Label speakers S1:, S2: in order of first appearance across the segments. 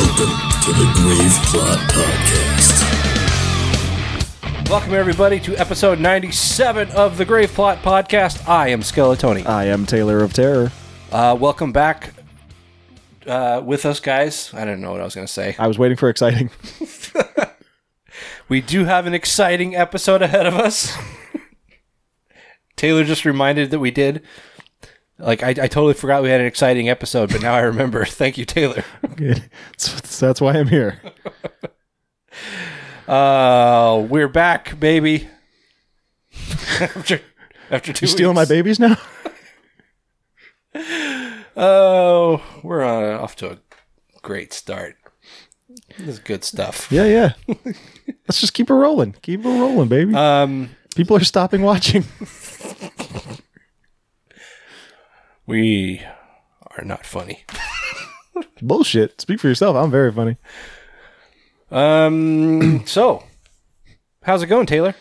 S1: to the Grave Plot Podcast.
S2: Welcome, everybody, to episode 97 of the Grave Plot Podcast. I am Skeletoni.
S3: I am Taylor of Terror.
S2: Uh, welcome back uh, with us, guys. I didn't know what I was going to say.
S3: I was waiting for exciting.
S2: We do have an exciting episode ahead of us. Taylor just reminded that we did. Like, I, I totally forgot we had an exciting episode, but now I remember. Thank you, Taylor.
S3: that's, that's why I'm here.
S2: Uh, we're back, baby. after, after two
S3: You stealing my
S2: weeks.
S3: babies now?
S2: Oh, we're on, off to a great start. This is good stuff.
S3: Yeah, yeah. Uh, Let's just keep it rolling. Keep it rolling, baby.
S2: Um,
S3: People are stopping watching.
S2: we are not funny.
S3: Bullshit. Speak for yourself. I'm very funny.
S2: Um, so how's it going, Taylor?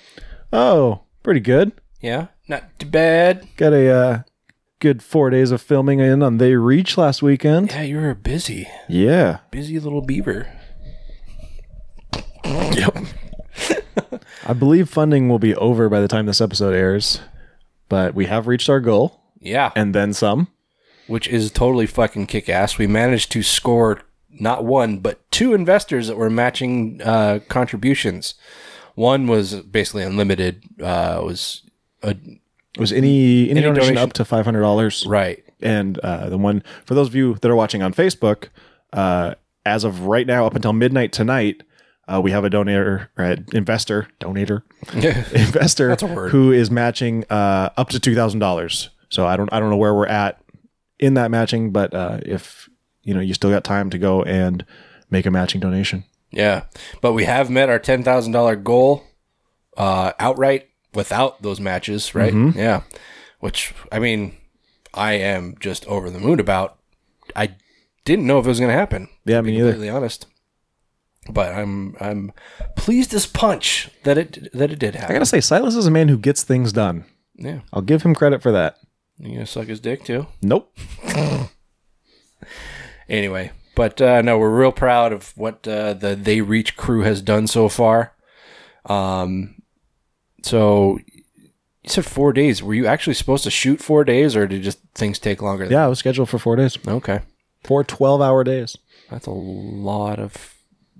S3: Oh, pretty good.
S2: Yeah, not too bad.
S3: Got a uh, good four days of filming in on They Reach last weekend.
S2: Yeah, you were busy,
S3: Yeah.
S2: busy little beaver.
S3: I believe funding will be over by the time this episode airs, but we have reached our goal
S2: Yeah,
S3: and then some.
S2: which is totally fucking kick ass. We managed to score not one but two investors that were matching uh, contributions. One was basically unlimited. Uh, was a,
S3: Was any any, donation,
S2: donation-
S3: up to five hundred dollars?
S2: right.
S3: and uh, the one for those of you that are watching on Facebook, uh, as of right now, up until midnight tonight, uh, we have a donator, or an investor, donator, investor
S2: a word.
S3: who is matching uh, up to two thousand dollars. So I don't I don't know where we're at in that matching, but uh, if you know you still got time to go and make a matching donation.
S2: Yeah, but we have met our ten thousand dollar goal uh, outright without those matches, right?
S3: Mm-hmm.
S2: Yeah, which I mean, I am just over the moon about. I didn't know if it was going to happen.
S3: Yeah,
S2: to
S3: me
S2: be
S3: neither.
S2: Completely honest, but I'm I'm pleased as punch that it that it did
S3: I
S2: happen.
S3: gotta say, Silas is a man who gets things done.
S2: Yeah,
S3: I'll give him credit for that.
S2: you gonna suck his dick too?
S3: Nope.
S2: Anyway, but uh, no, we're real proud of what uh, the They Reach crew has done so far. Um, so you said four days. Were you actually supposed to shoot four days, or did just things take longer? than-
S3: Yeah, I was scheduled for four days,
S2: Okay,
S3: four 12 hour days.
S2: that's a lot of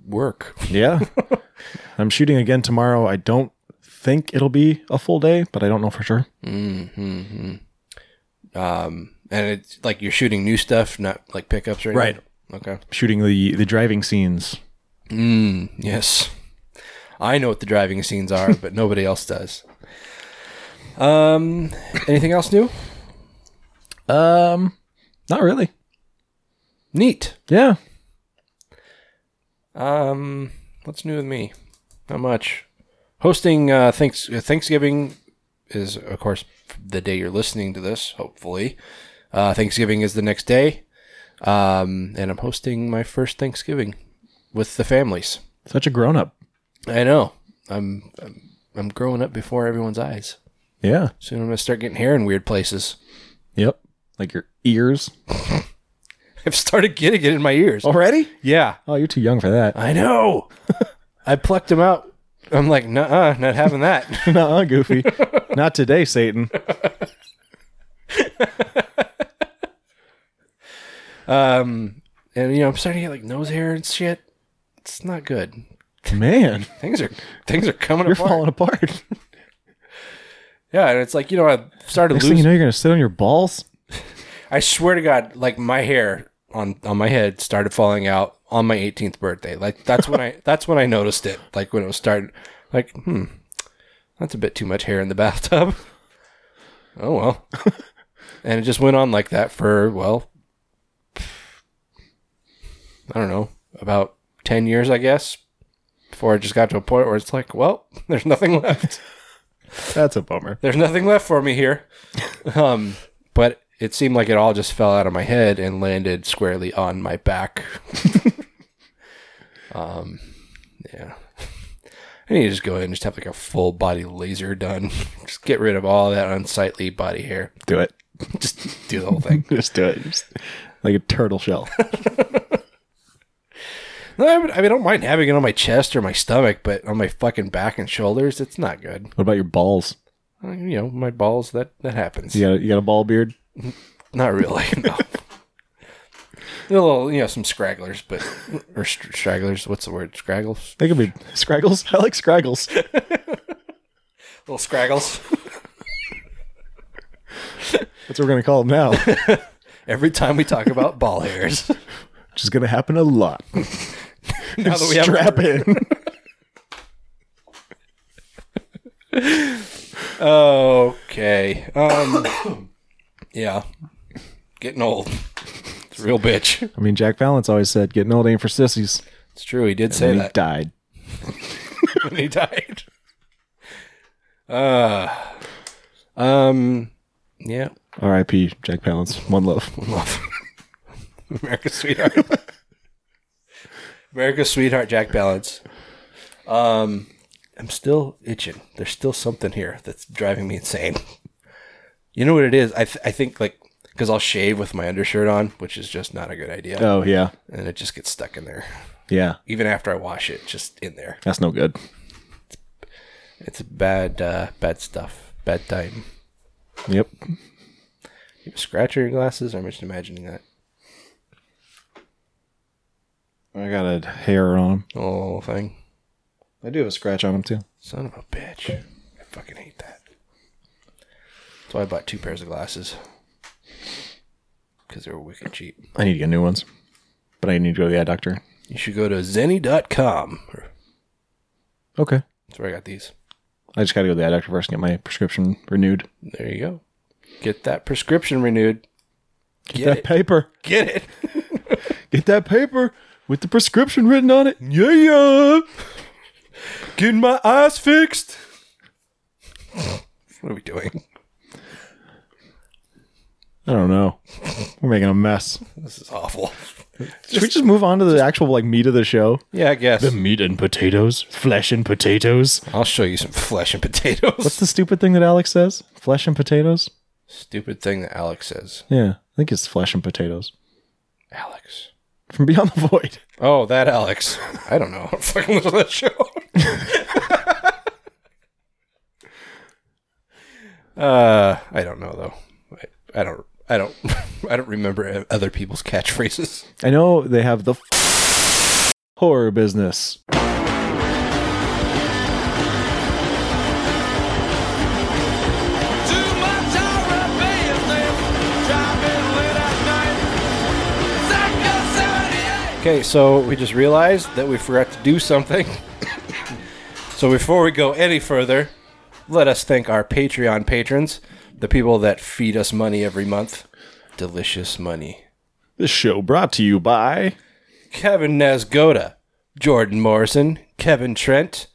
S2: work.
S3: Yeah. I'm shooting again tomorrow. I don't think it'll be a full day, but I don't know for sure.
S2: Um, and it's like you're shooting new stuff, not like pickups or anything. Right. Okay.
S3: Shooting the the driving scenes.
S2: Mm, yes. I know what the driving scenes are, but nobody else does. Um, anything else new?
S3: Um not really.
S2: Neat.
S3: Yeah.
S2: Um, what's new with me? Not much. Hosting uh, thanks uh, Thanksgiving is of course the day you're listening to this. Hopefully, uh, Thanksgiving is the next day, um, and I'm hosting my first Thanksgiving with the families.
S3: Such a grown up.
S2: I know I'm I'm, I'm growing up before everyone's eyes.
S3: Yeah.
S2: Soon I'm gonna start getting hair in weird places.
S3: Yep. Like your ears.
S2: I've started getting it in my ears.
S3: Already?
S2: yeah,
S3: Oh, you're too young for that.
S2: I know. I plucked them out. I'm like, nah, not having that.
S3: Nuh-uh, Goofy. not today, Satan.
S2: Um, and you know, I'm starting to get like nose hair and shit. It's not good.
S3: Man,
S2: Things are things are coming
S3: you're
S2: apart.
S3: falling apart.
S2: Yeah, and it's like you know, I started
S3: Next
S2: losing.
S3: thing you know, you're gonna sit on your balls.
S2: I swear to God, like my hair on on my head started falling out on my 18th birthday. Like that's when I that's when I noticed it. Like when it was starting. Like hmm, that's a bit too much hair in the bathtub. Oh well. and it just went on like that for well, I don't know, about 10 years, I guess. Before I just got to a point where it's like, well, there's nothing left
S3: That's a bummer.
S2: there's nothing left for me here. Um, but it seemed like it all just fell out of my head and landed squarely on my back. um, yeah. I need to just go ahead and just have like a full body laser done. just get rid of all that unsightly body hair.
S3: Do it.
S2: Just do the whole thing.
S3: Just do it. Just- like a turtle shell.
S2: No, I, would, I mean, I don't mind having it on my chest or my stomach, but on my fucking back and shoulders, it's not good.
S3: What about your balls?
S2: Uh, You know, my balls, that, that happens.
S3: You got a, you got a ball beard?
S2: Not really, no. A little, you know, some scragglers, but, or str stragglers, what's the word? Scraggles?
S3: They could be scraggles. I like scraggles.
S2: Little scraggles.
S3: That's what we're gonna call them now. Which
S2: Every time we talk about ball hairs.
S3: is gonna happen a lot.
S2: now that we have
S3: Strap in.
S2: Okay. Um, yeah. Getting old. It's a real bitch.
S3: I mean, Jack Palance always said, "Getting old ain't for sissies."
S2: It's true. He did say
S3: And he
S2: that
S3: died.
S2: when he died. Uh, um, yeah.
S3: R.I.P. Jack Palance. One love.
S2: Love. America's Sweetheart. America's Sweetheart, Jack Balance. Um, I'm still itching. There's still something here that's driving me insane. You know what it is? I, th- I think, like, because I'll shave with my undershirt on, which is just not a good idea.
S3: Oh yeah,
S2: and it just gets stuck in there.
S3: yeah.
S2: Even after I wash it, just in there.
S3: That's no good.
S2: It's bad, uh, bad stuff. Bad time.
S3: Yep.
S2: You have a scratch on your glasses? I'm just imagining that.
S3: I got a hair on him.
S2: Oh, thing.
S3: I do have a scratch on him too.
S2: Son of a bitch. I fucking hate that. That's why I bought two pairs of glasses. Because they were wicked cheap.
S3: I need to get new ones, but I need to go to the eye doctor.
S2: You should go to zenny.com.
S3: Okay.
S2: That's where I got these.
S3: I just got to go to the eye doctor first and get my prescription renewed.
S2: There you go. Get that prescription renewed.
S3: Get,
S2: Get
S3: that
S2: it.
S3: paper.
S2: Get it.
S3: Get that paper with the prescription written on it. Yeah, yeah.
S2: Getting my eyes fixed. what are we doing?
S3: I don't know. We're making a mess.
S2: This is awful.
S3: Should we just move on to the actual like meat of the show?
S2: Yeah, I guess.
S3: meat and potatoes, flesh and potatoes.
S2: I'll show you some flesh and potatoes.
S3: What's the stupid thing that Alex says? Flesh and potatoes?
S2: Stupid thing that Alex says.
S3: Yeah, I think it's flesh and potatoes
S2: Alex.
S3: from Beyond the Void.
S2: Oh, that Alex. I don't know. I don't fucking listen to that show. uh, I don't know though. I, I don't. I don't. I don't remember other people's catchphrases.
S3: I know they have the f- horror business.
S4: Too much Arabian, driving late at night. Sector 78.
S2: Okay, so we just realized that we forgot to do something. so before we go any further, let us thank our Patreon patrons, the people that feed us money every month. Delicious money.
S3: This show brought to you by
S2: Kevin Nazgoda, Jordan Morrison, Kevin Trent,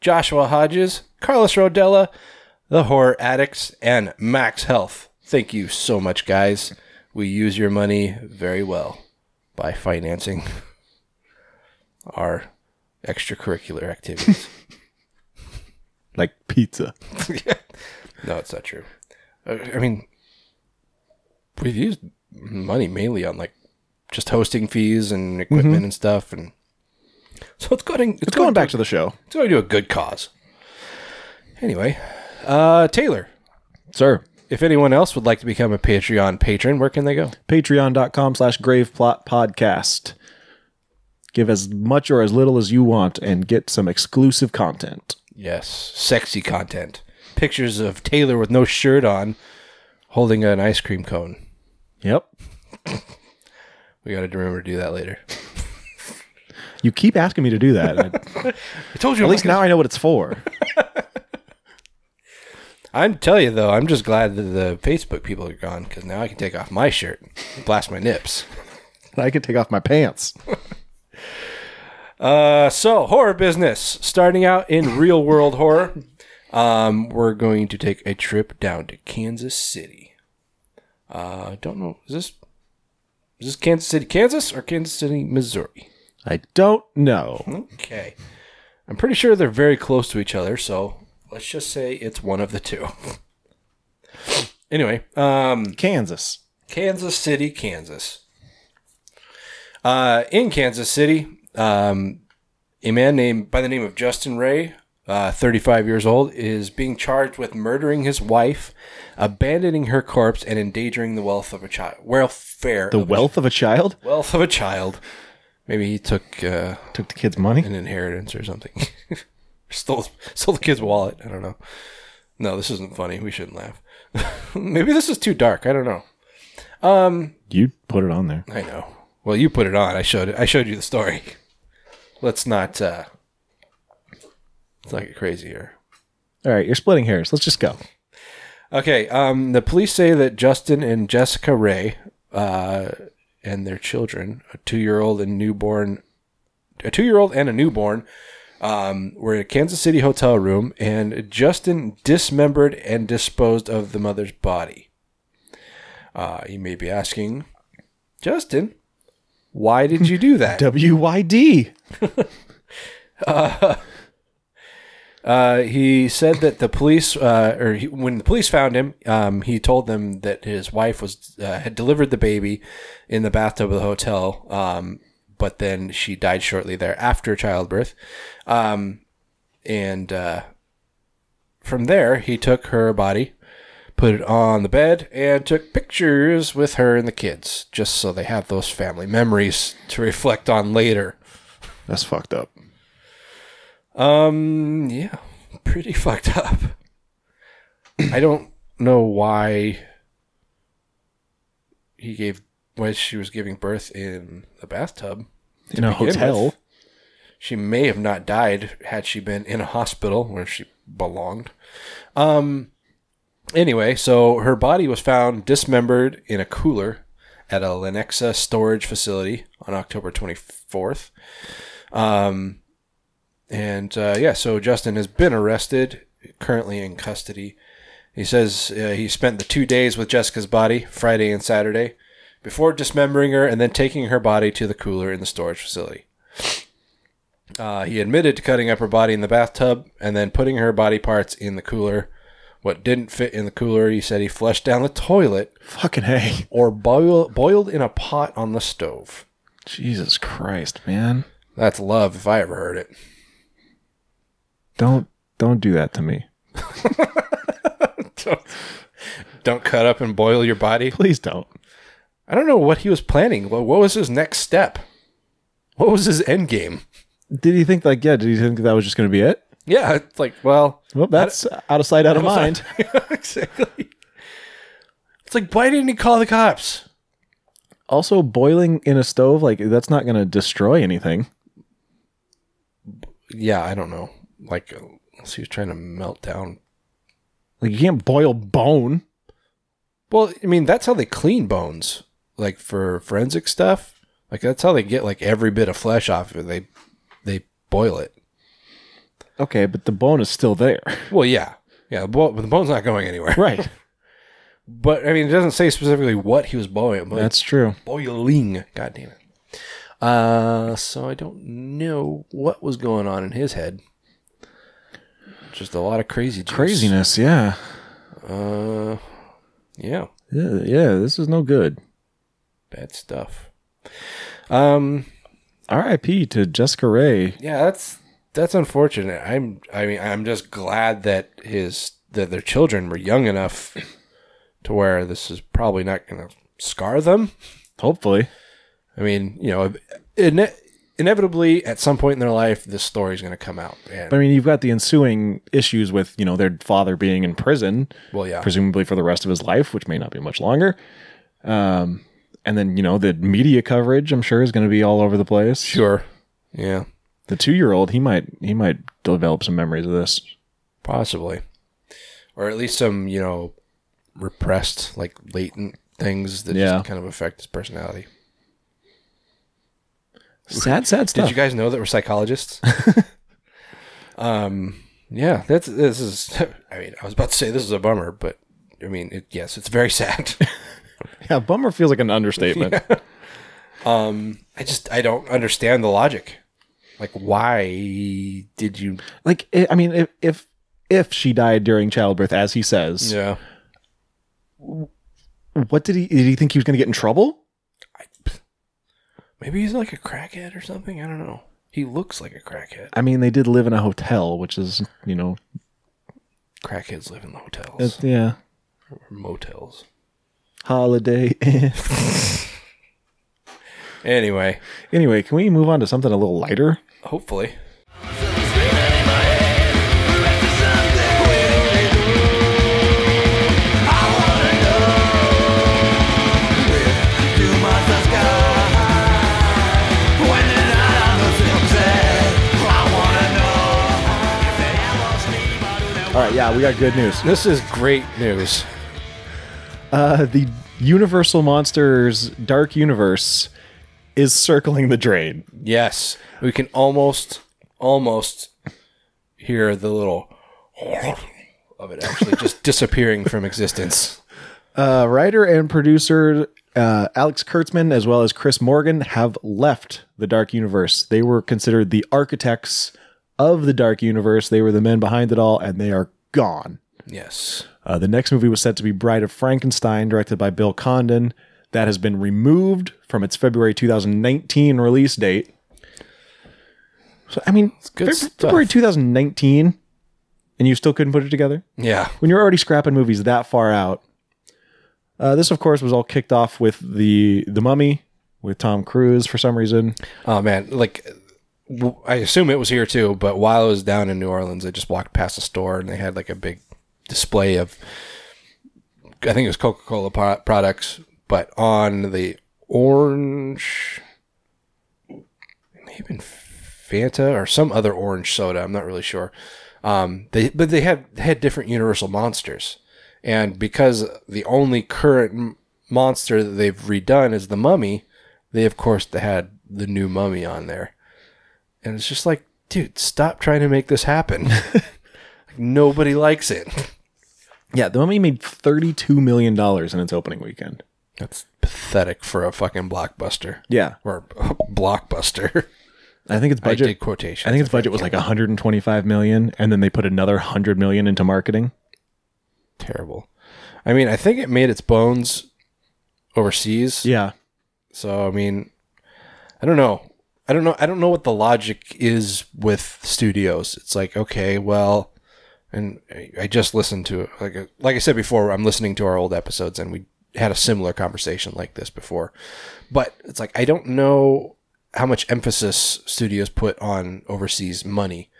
S2: Joshua Hodges, Carlos Rodella, The Horror Addicts, and Max Health. Thank you so much, guys. We use your money very well by financing our extracurricular activities.
S3: like pizza.
S2: no, it's not true. I I mean, we've used money mainly on like just hosting fees and equipment and stuff, and so it's going. It's,
S3: Mm-hmm. It's going back to the show,
S2: It's going to a good cause. Anyway, uh, Taylor,
S3: sir.
S2: if anyone else would like to become a Patreon patron, where can they go?
S3: Patreon.com slash Graveplot Podcast. Give as much or as little as you want and get some exclusive content.
S2: Yes, sexy content. Pictures of Taylor with no shirt on, holding an ice cream cone.
S3: Yep.
S2: We got to remember to do that later.
S3: You keep asking me to do that. At
S2: I told you.
S3: least now I know what it's for.
S2: I'm tell you though, I'm just glad that the Facebook people are gone because now I can take off my shirt, and blast my nips.
S3: I could take off my pants.
S2: Uh, so horror business starting out in real world horror. Um, we're going to take a trip down to Kansas City. Uh, don't know is this is this Kansas City, Kansas, or Kansas City, Missouri?
S3: I don't know.
S2: Okay, I'm pretty sure they're very close to each other, so let's just say it's one of the two. anyway, um,
S3: Kansas.
S2: Kansas City, Kansas. Uh, in Kansas City, um, a man named by the name of Justin Ray, uh, 35 years old, is being charged with murdering his wife, abandoning her corpse, and endangering the wealth of a child. Welfare.
S3: The
S2: of a-
S3: wealth of a child
S2: wealth of a child. Maybe he took uh,
S3: took the kid's money.
S2: an inheritance or something. stole stole the kid's wallet. I don't know. No, this isn't funny. We shouldn't laugh. Maybe this is too dark. I don't know.
S3: You put it on there.
S2: I know. Well, you put it on. I showed I showed you the story. Let's not uh let's not get crazy here.
S3: All right, you're splitting hairs. Let's just go.
S2: Okay, um the police say that Justin and Jessica Ray uh and their children, a 2-year-old and newborn a 2-year-old and a newborn um, were in a Kansas City hotel room and Justin dismembered and disposed of the mother's body. Uh, you may be asking, Justin, why did you do that?
S3: WYD.
S2: Uh, he said that the police, uh, or he, when the police found him, um, he told them that his wife was uh, had delivered the baby in the bathtub of the hotel, um, but then she died shortly thereafter childbirth. Um, and uh, from there, he took her body, put it on the bed, and took pictures with her and the kids, just so they have those family memories to reflect on later.
S3: That's fucked up.
S2: Um, yeah, pretty fucked up. I don't know why he gave why she was giving birth in the bathtub.
S3: In a
S2: begin
S3: hotel.
S2: with. She may have not died had she been in a hospital where she belonged. Um anyway, so her body was found dismembered in a cooler at a Lenexa storage facility on October 24th. Um and uh, yeah, so Justin has been arrested, currently in custody. He says uh, he spent the two days with Jessica's body, Friday and Saturday, before dismembering her and then taking her body to the cooler in the storage facility. Uh, he admitted to cutting up her body in the bathtub and then putting her body parts in the cooler. What didn't fit in the cooler, he said he flushed down the toilet
S3: Fucking hey.
S2: or boil, boiled in a pot on the stove.
S3: Jesus Christ, man.
S2: That's love if I ever heard it.
S3: Don't don't do that to me.
S2: Don't cut up and boil your body.
S3: Please don't.
S2: I don't know what he was planning. What, what was his next step? What was his end game?
S3: Did he think like yeah, did he think that was just gonna be it?
S2: Yeah, it's like, well,
S3: Well, that's out of sight, out of mind.
S2: exactly. It's like, why didn't he call the cops?
S3: Also, boiling in a stove, like that's not gonna destroy anything.
S2: Yeah, I don't know. Like, uh, so he was trying to melt down.
S3: Like you can't boil bone.
S2: Well, I mean, that's how they clean bones, like for forensic stuff. Like that's how they get like every bit of flesh off of it. They they boil it.
S3: Okay, but the bone is still there.
S2: Well, yeah, yeah. The, bo- the bone's not going anywhere.
S3: Right.
S2: But I mean, it doesn't say specifically what he was boiling. But
S3: that's true.
S2: boiling. God damn it. Uh, so I don't know what was going on in his head. Just a lot of crazy juice.
S3: Craziness, yeah.
S2: Uh, yeah,
S3: Yeah, yeah, this is no good.
S2: bad stuff. Um,
S3: R.I.P. to Jessica Ray.
S2: yeah, that's that's unfortunate. I'm, I mean, I'm just glad that his that their children were young enough to where this is probably not going to scar them.
S3: Hopefully.
S2: I mean, you know, ine- inevitably at some point in their life, this story is going to come out. And,
S3: But I mean, you've got the ensuing issues with, you know, their father being in prison,
S2: well, yeah,
S3: presumably for the rest of his life, which may not be much longer. Um, and then, you know, the media coverage, I'm sure, is going to be all over the place.
S2: Sure. Yeah,
S3: The two year old, he might, he might develop some memories of this.
S2: possibly. Or at least some, you know, repressed, like latent things that
S3: Yeah.
S2: just kind of affect his personality.
S3: Sad, sad
S2: Did
S3: stuff.
S2: you guys know that we're psychologists? um, yeah, that's this is. I mean, I was about to say this is a bummer, but I mean, it, yes, it's very sad.
S3: yeah, bummer feels like an understatement.
S2: Um, I just I don't understand the logic. Like, why did you?
S3: Like, i I mean, if, if, if she died during childbirth, as he says,
S2: Yeah,
S3: what did he, did he think he was going to get in trouble?
S2: Maybe he's like a crackhead or something. I don't know. He looks like a crackhead.
S3: I mean, they did live in a hotel, which is, you know,
S2: Crackheads live in hotels
S3: it's- yeah,
S2: or motels.
S3: holiday.
S2: Anyway,
S3: anyway, can we move on to something a little lighter?
S2: hopefully.
S3: All right, yeah, we got good news.
S2: This is great news.
S3: Uh, the Universal Monsters Dark Universe is circling the drain.
S2: Yes, we can almost, almost hear the little of it actually just disappearing from existence.
S3: Uh, writer and producer uh, Alex Kurtzman, as well as Chris Morgan, have left the Dark Universe. They were considered the architects of the Dark Universe. They were the men behind it all, and they are gone.
S2: Yes.
S3: Uh, the next movie was set to be Bride of Frankenstein, directed by Bill Condon. That has been removed from its February 2019 release date. So, I mean,
S2: good
S3: Feb-
S2: stuff.
S3: February 2019, and you still couldn't put it together?
S2: Yeah.
S3: when you're already scrapping movies that far out. Uh, this, of course, was all kicked off with the the Mummy with Tom Cruise for some reason.
S2: Oh man, like w- I assume it was here too, but while I was down in New Orleans, I just walked past a store and they had like a big display of I think it was Coca-Cola pro- products, but on the orange even Fanta or some other orange soda, I'm not really sure. Um, they but they had had different Universal monsters. And because the only current m- monster that they've redone is the mummy, they of course they had the new mummy on there and it's just like dude stop trying to make this happen Like, nobody likes it
S3: Yeah, the Mummy made thirty two million dollars in its opening weekend.
S2: that's pathetic for a fucking blockbuster
S3: Yeah,
S2: or blockbuster
S3: I think its
S2: i
S3: budget.
S2: did quotation
S3: I think its budget was like 125 million, and then they put another 100 million into marketing.
S2: terrible i mean i think it made its bones overseas
S3: Yeah,
S2: so i mean i don't know i don't know i don't know what the logic is with studios it's like okay well and I- I just listened to like like I said before, I'm listening to our old episodes, and we had a similar conversation like this before. But it's like I don't know how much emphasis studios put on overseas money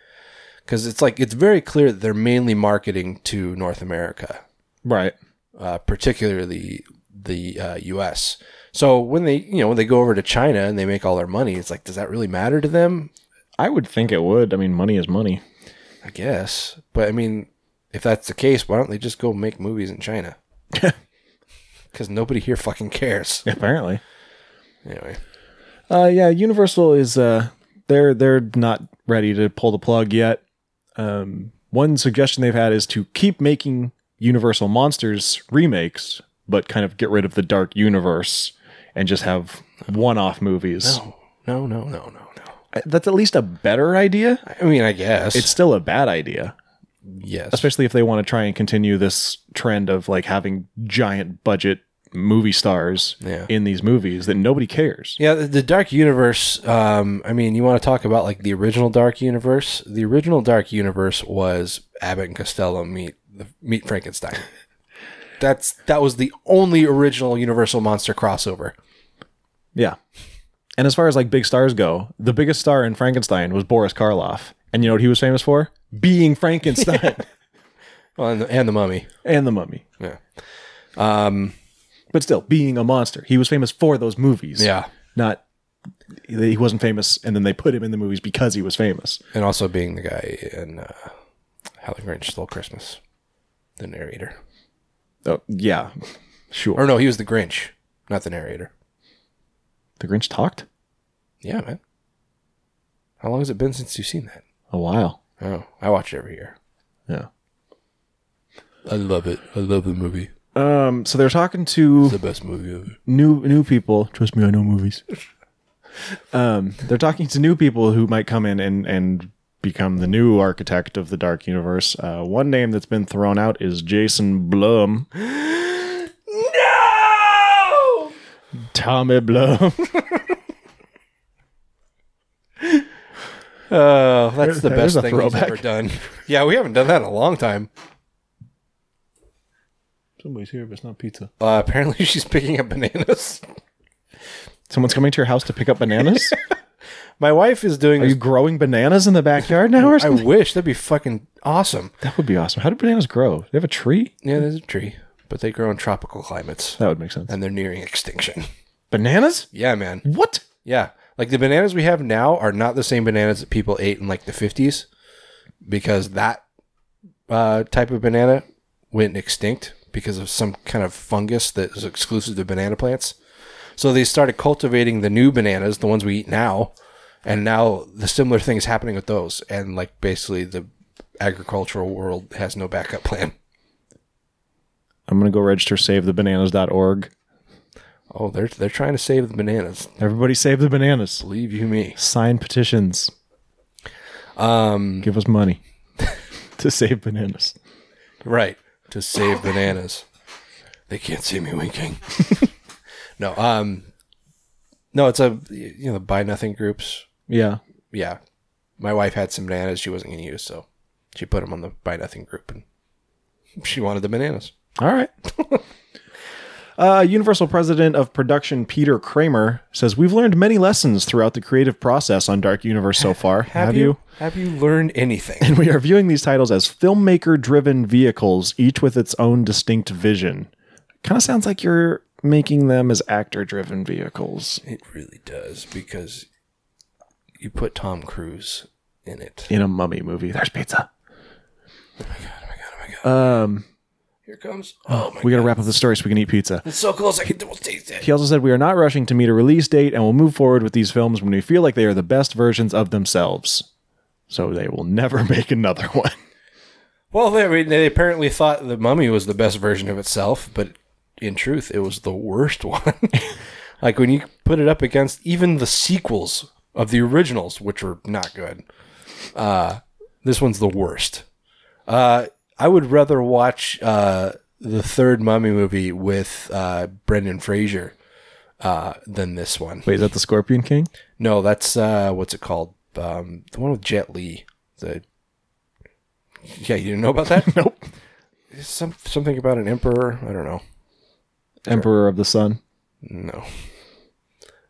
S2: because it's like it's very clear that they're mainly marketing to North America,
S3: right.
S2: uh, particularly the uh, U.S. So when they you know when they go over to China and they make all their money, it's like does that really matter to them?
S3: I would think it would. I mean, money is money.
S2: I guess. But I mean, if that's the case, why don't they just go make movies in China? Because nobody here fucking cares.
S3: Apparently.
S2: Anyway,
S3: Uh, yeah, Universal is uh, they're they're not ready to pull the plug yet. Um, one suggestion they've had is to keep making Universal Monsters remakes, but kind of get rid of the dark universe and just have one-off movies.
S2: no, no, no, no, no, no.
S3: I- That's at least a better idea.
S2: I mean, I guess
S3: It's still a bad idea,
S2: yes,
S3: especially if they want to try and continue this trend of like having giant budget movie stars
S2: Yeah.
S3: in these movies that nobody cares.
S2: yeah. The, the Dark Universe. Um, I mean, you want to talk about like the original Dark Universe? The original Dark Universe was Abbott and Costello meet the meet Frankenstein. That's that was the only original Universal monster crossover.
S3: Yeah. And as far as like big stars go, the biggest star in Frankenstein was Boris Karloff. And you know what he was famous for? Being Frankenstein
S2: Well, and the, and the Mummy.
S3: and the mummy. Um,
S2: Yeah.
S3: But still, being a monster. He was famous for those movies.
S2: Yeah.
S3: Not he wasn't famous and then they put him in the movies because he was famous.
S2: and also being the guy in uh, How the Grinch Stole Christmas, the narrator.
S3: Oh, yeah. Sure.
S2: Or no, he was the Grinch, not the narrator.
S3: The Grinch talked
S2: Yeah, man. How long has it been since you've seen that?
S3: a while.
S2: Oh, I watch it every year.
S3: Yeah.
S2: I love it. I love the movie.
S3: Um so they're talking to
S2: The best movie ever.
S3: new new people. Trust me, I know movies. um, they're talking to new people who might come in and and become the new architect of the dark universe. Uh, one name that's been thrown out is Jason Blum. no, Tommy Blum.
S2: Oh, that's the
S3: There's
S2: best
S3: a
S2: thing we've
S3: throwback.
S2: ever done. Yeah, we haven't done that in a long time.
S3: Somebody's here, but it's not pizza.
S2: Uh, apparently, she's picking up bananas.
S3: Someone's coming to your house to pick up bananas?
S2: My wife is doing.
S3: Are you growing bananas in the backyard now or
S2: I
S3: something?
S2: wish that'd be fucking awesome.
S3: that would be awesome. How do bananas grow? They have a tree?
S2: Yeah, there's a tree, but they grow in tropical climates
S3: That would make sense.
S2: and they're nearing extinction.
S3: Bananas?
S2: Yeah, man.
S3: What?
S2: Yeah. Like the bananas we have now are not the same bananas that people ate in like the 50s because that uh, type of banana went extinct because of some kind of fungus that is exclusive to banana plants. So they started cultivating the new bananas, the ones we eat now, and now the similar thing is happening with those. And like basically the agricultural world has no backup plan.
S3: I'm going to go register savethebananas.org.
S2: Oh, they're they're trying to save the bananas.
S3: Everybody save the bananas.
S2: Believe you me.
S3: Sign petitions. Um, Give us money to save bananas.
S2: Right. To save bananas. They can't see me winking. no, um No, it's a you know the buy nothing groups.
S3: Yeah.
S2: Yeah. My wife had some bananas she wasn't going to use, so she put them on the buy nothing group and she wanted the bananas.
S3: All right. uh, Universal President of Production Peter Kramer says, We've learned many lessons throughout the creative process on Dark Universe so far.
S2: Have you learned anything?
S3: And we are viewing these titles as filmmaker driven vehicles, each with its own distinct vision. Kind of sounds like you're making them as actor driven vehicles
S2: it really does because you put Tom Cruise in it.
S3: in a mummy movie. There's pizza.
S2: Oh my god, oh my god.
S3: Um,
S2: Here it comes. Oh my
S3: we got to wrap up the story so we can eat pizza.
S2: It's so close I can double taste it.
S3: He also said, We are not rushing to meet a release date and will move forward with these films when we feel like they are the best versions of themselves. So they will never make another one.
S2: Well, they, I mean, they apparently thought the mummy was the best version of itself, but in truth, it was the worst one. like when you put it up against even the sequels of the originals, which were not good. Uh, this one's the worst. Uh, I would rather watch uh, the third mummy movie with uh, Brendan Fraser uh, than this one.
S3: Wait, is that the Scorpion King?
S2: No, that's uh, what's it called? Um, the one with Jet Li. The yeah, you didn't know about that?
S3: Nope.
S2: Some something about an emperor. I don't know.
S3: Emperor of the Sun.
S2: No,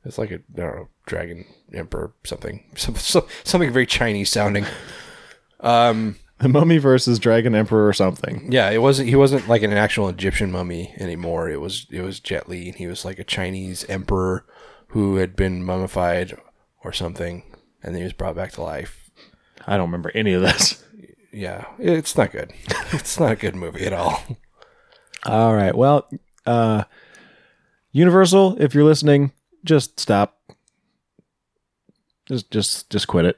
S2: it's like a I don't know, dragon emperor something some, some, something very Chinese sounding. Um,
S3: The Mummy versus Dragon Emperor or something.
S2: Yeah, it wasn't. He wasn't like an actual Egyptian mummy anymore. It was it was Jet Li, and he was like a Chinese emperor who had been mummified or something, and then he was brought back to life.
S3: I don't remember any of this.
S2: Yeah, it's not good. it's not a good movie at all.
S3: All right. Well, uh Universal, if you're listening, just stop. Just just just quit it.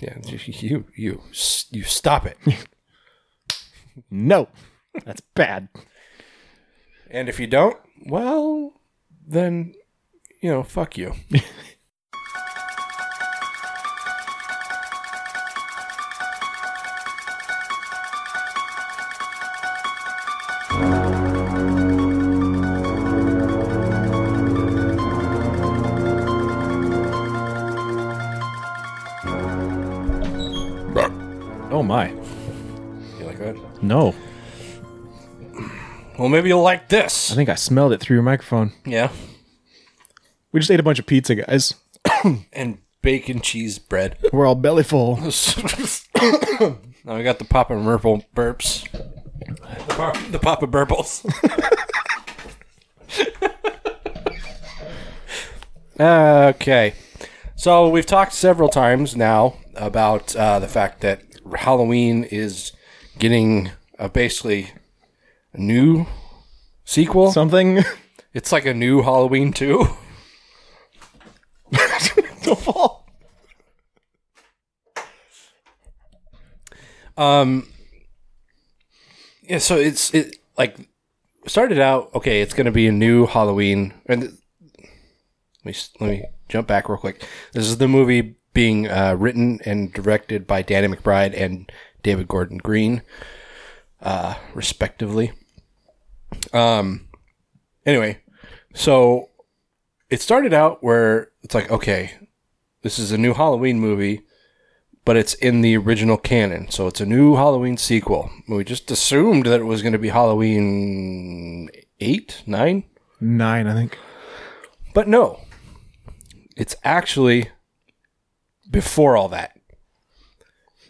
S2: Yeah, you you you, s- you stop it.
S3: No. That's bad.
S2: and if you don't, well, then you know, fuck you.
S3: Oh my.
S2: You like that?
S3: No.
S2: Well, maybe you'll like
S3: I
S2: this.
S3: think I smelled it through your microphone.
S2: Yeah,
S3: We just ate a bunch of pizza, guys.
S2: and bacon cheese bread.
S3: We're all belly full.
S2: now we got the Papa Murple burps. The, pa- the Papa Burples. okay. So we've talked several times now about uh, the fact that Halloween is getting a basically new sequel.
S3: Something.
S2: it's like a new Halloween 2.
S3: Don't fall.
S2: Um, Yeah, so it's it like started out okay. It's going to be a new Halloween, and let me s- let me jump back real quick. This is the movie being uh, written and directed by Danny McBride and David Gordon Green, uh, respectively. Um. Anyway, so it started out where it's like, okay, this is a new Halloween movie, but it's in the original canon. So it's a new Halloween sequel. We just assumed that it was going to be Halloween 8, 9,
S3: Nine, I think.
S2: but no. It's actually before all that.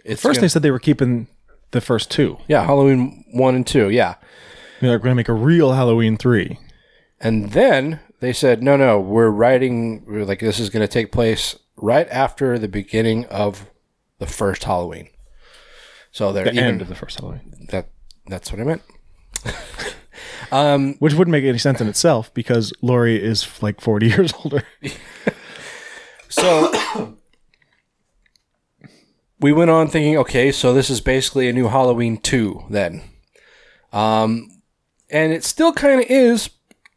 S2: It's
S3: First,
S2: gonna-
S3: they said they were keeping the first two.
S2: yeah, Halloween 1 and 2, yeah.
S3: They're going to make a real Halloween three.
S2: And then they said, no, no, we're writing, we're like, this is going to take place right after the beginning of the first Halloween. So they're
S3: The
S2: even,
S3: end of the first Halloween,
S2: that. That's what I meant.
S3: which wouldn't make any sense in itself because Laurie is like forty years older.
S2: So we went on thinking, okay, so this is basically a new Halloween 2 then. Um, and it still kind of is,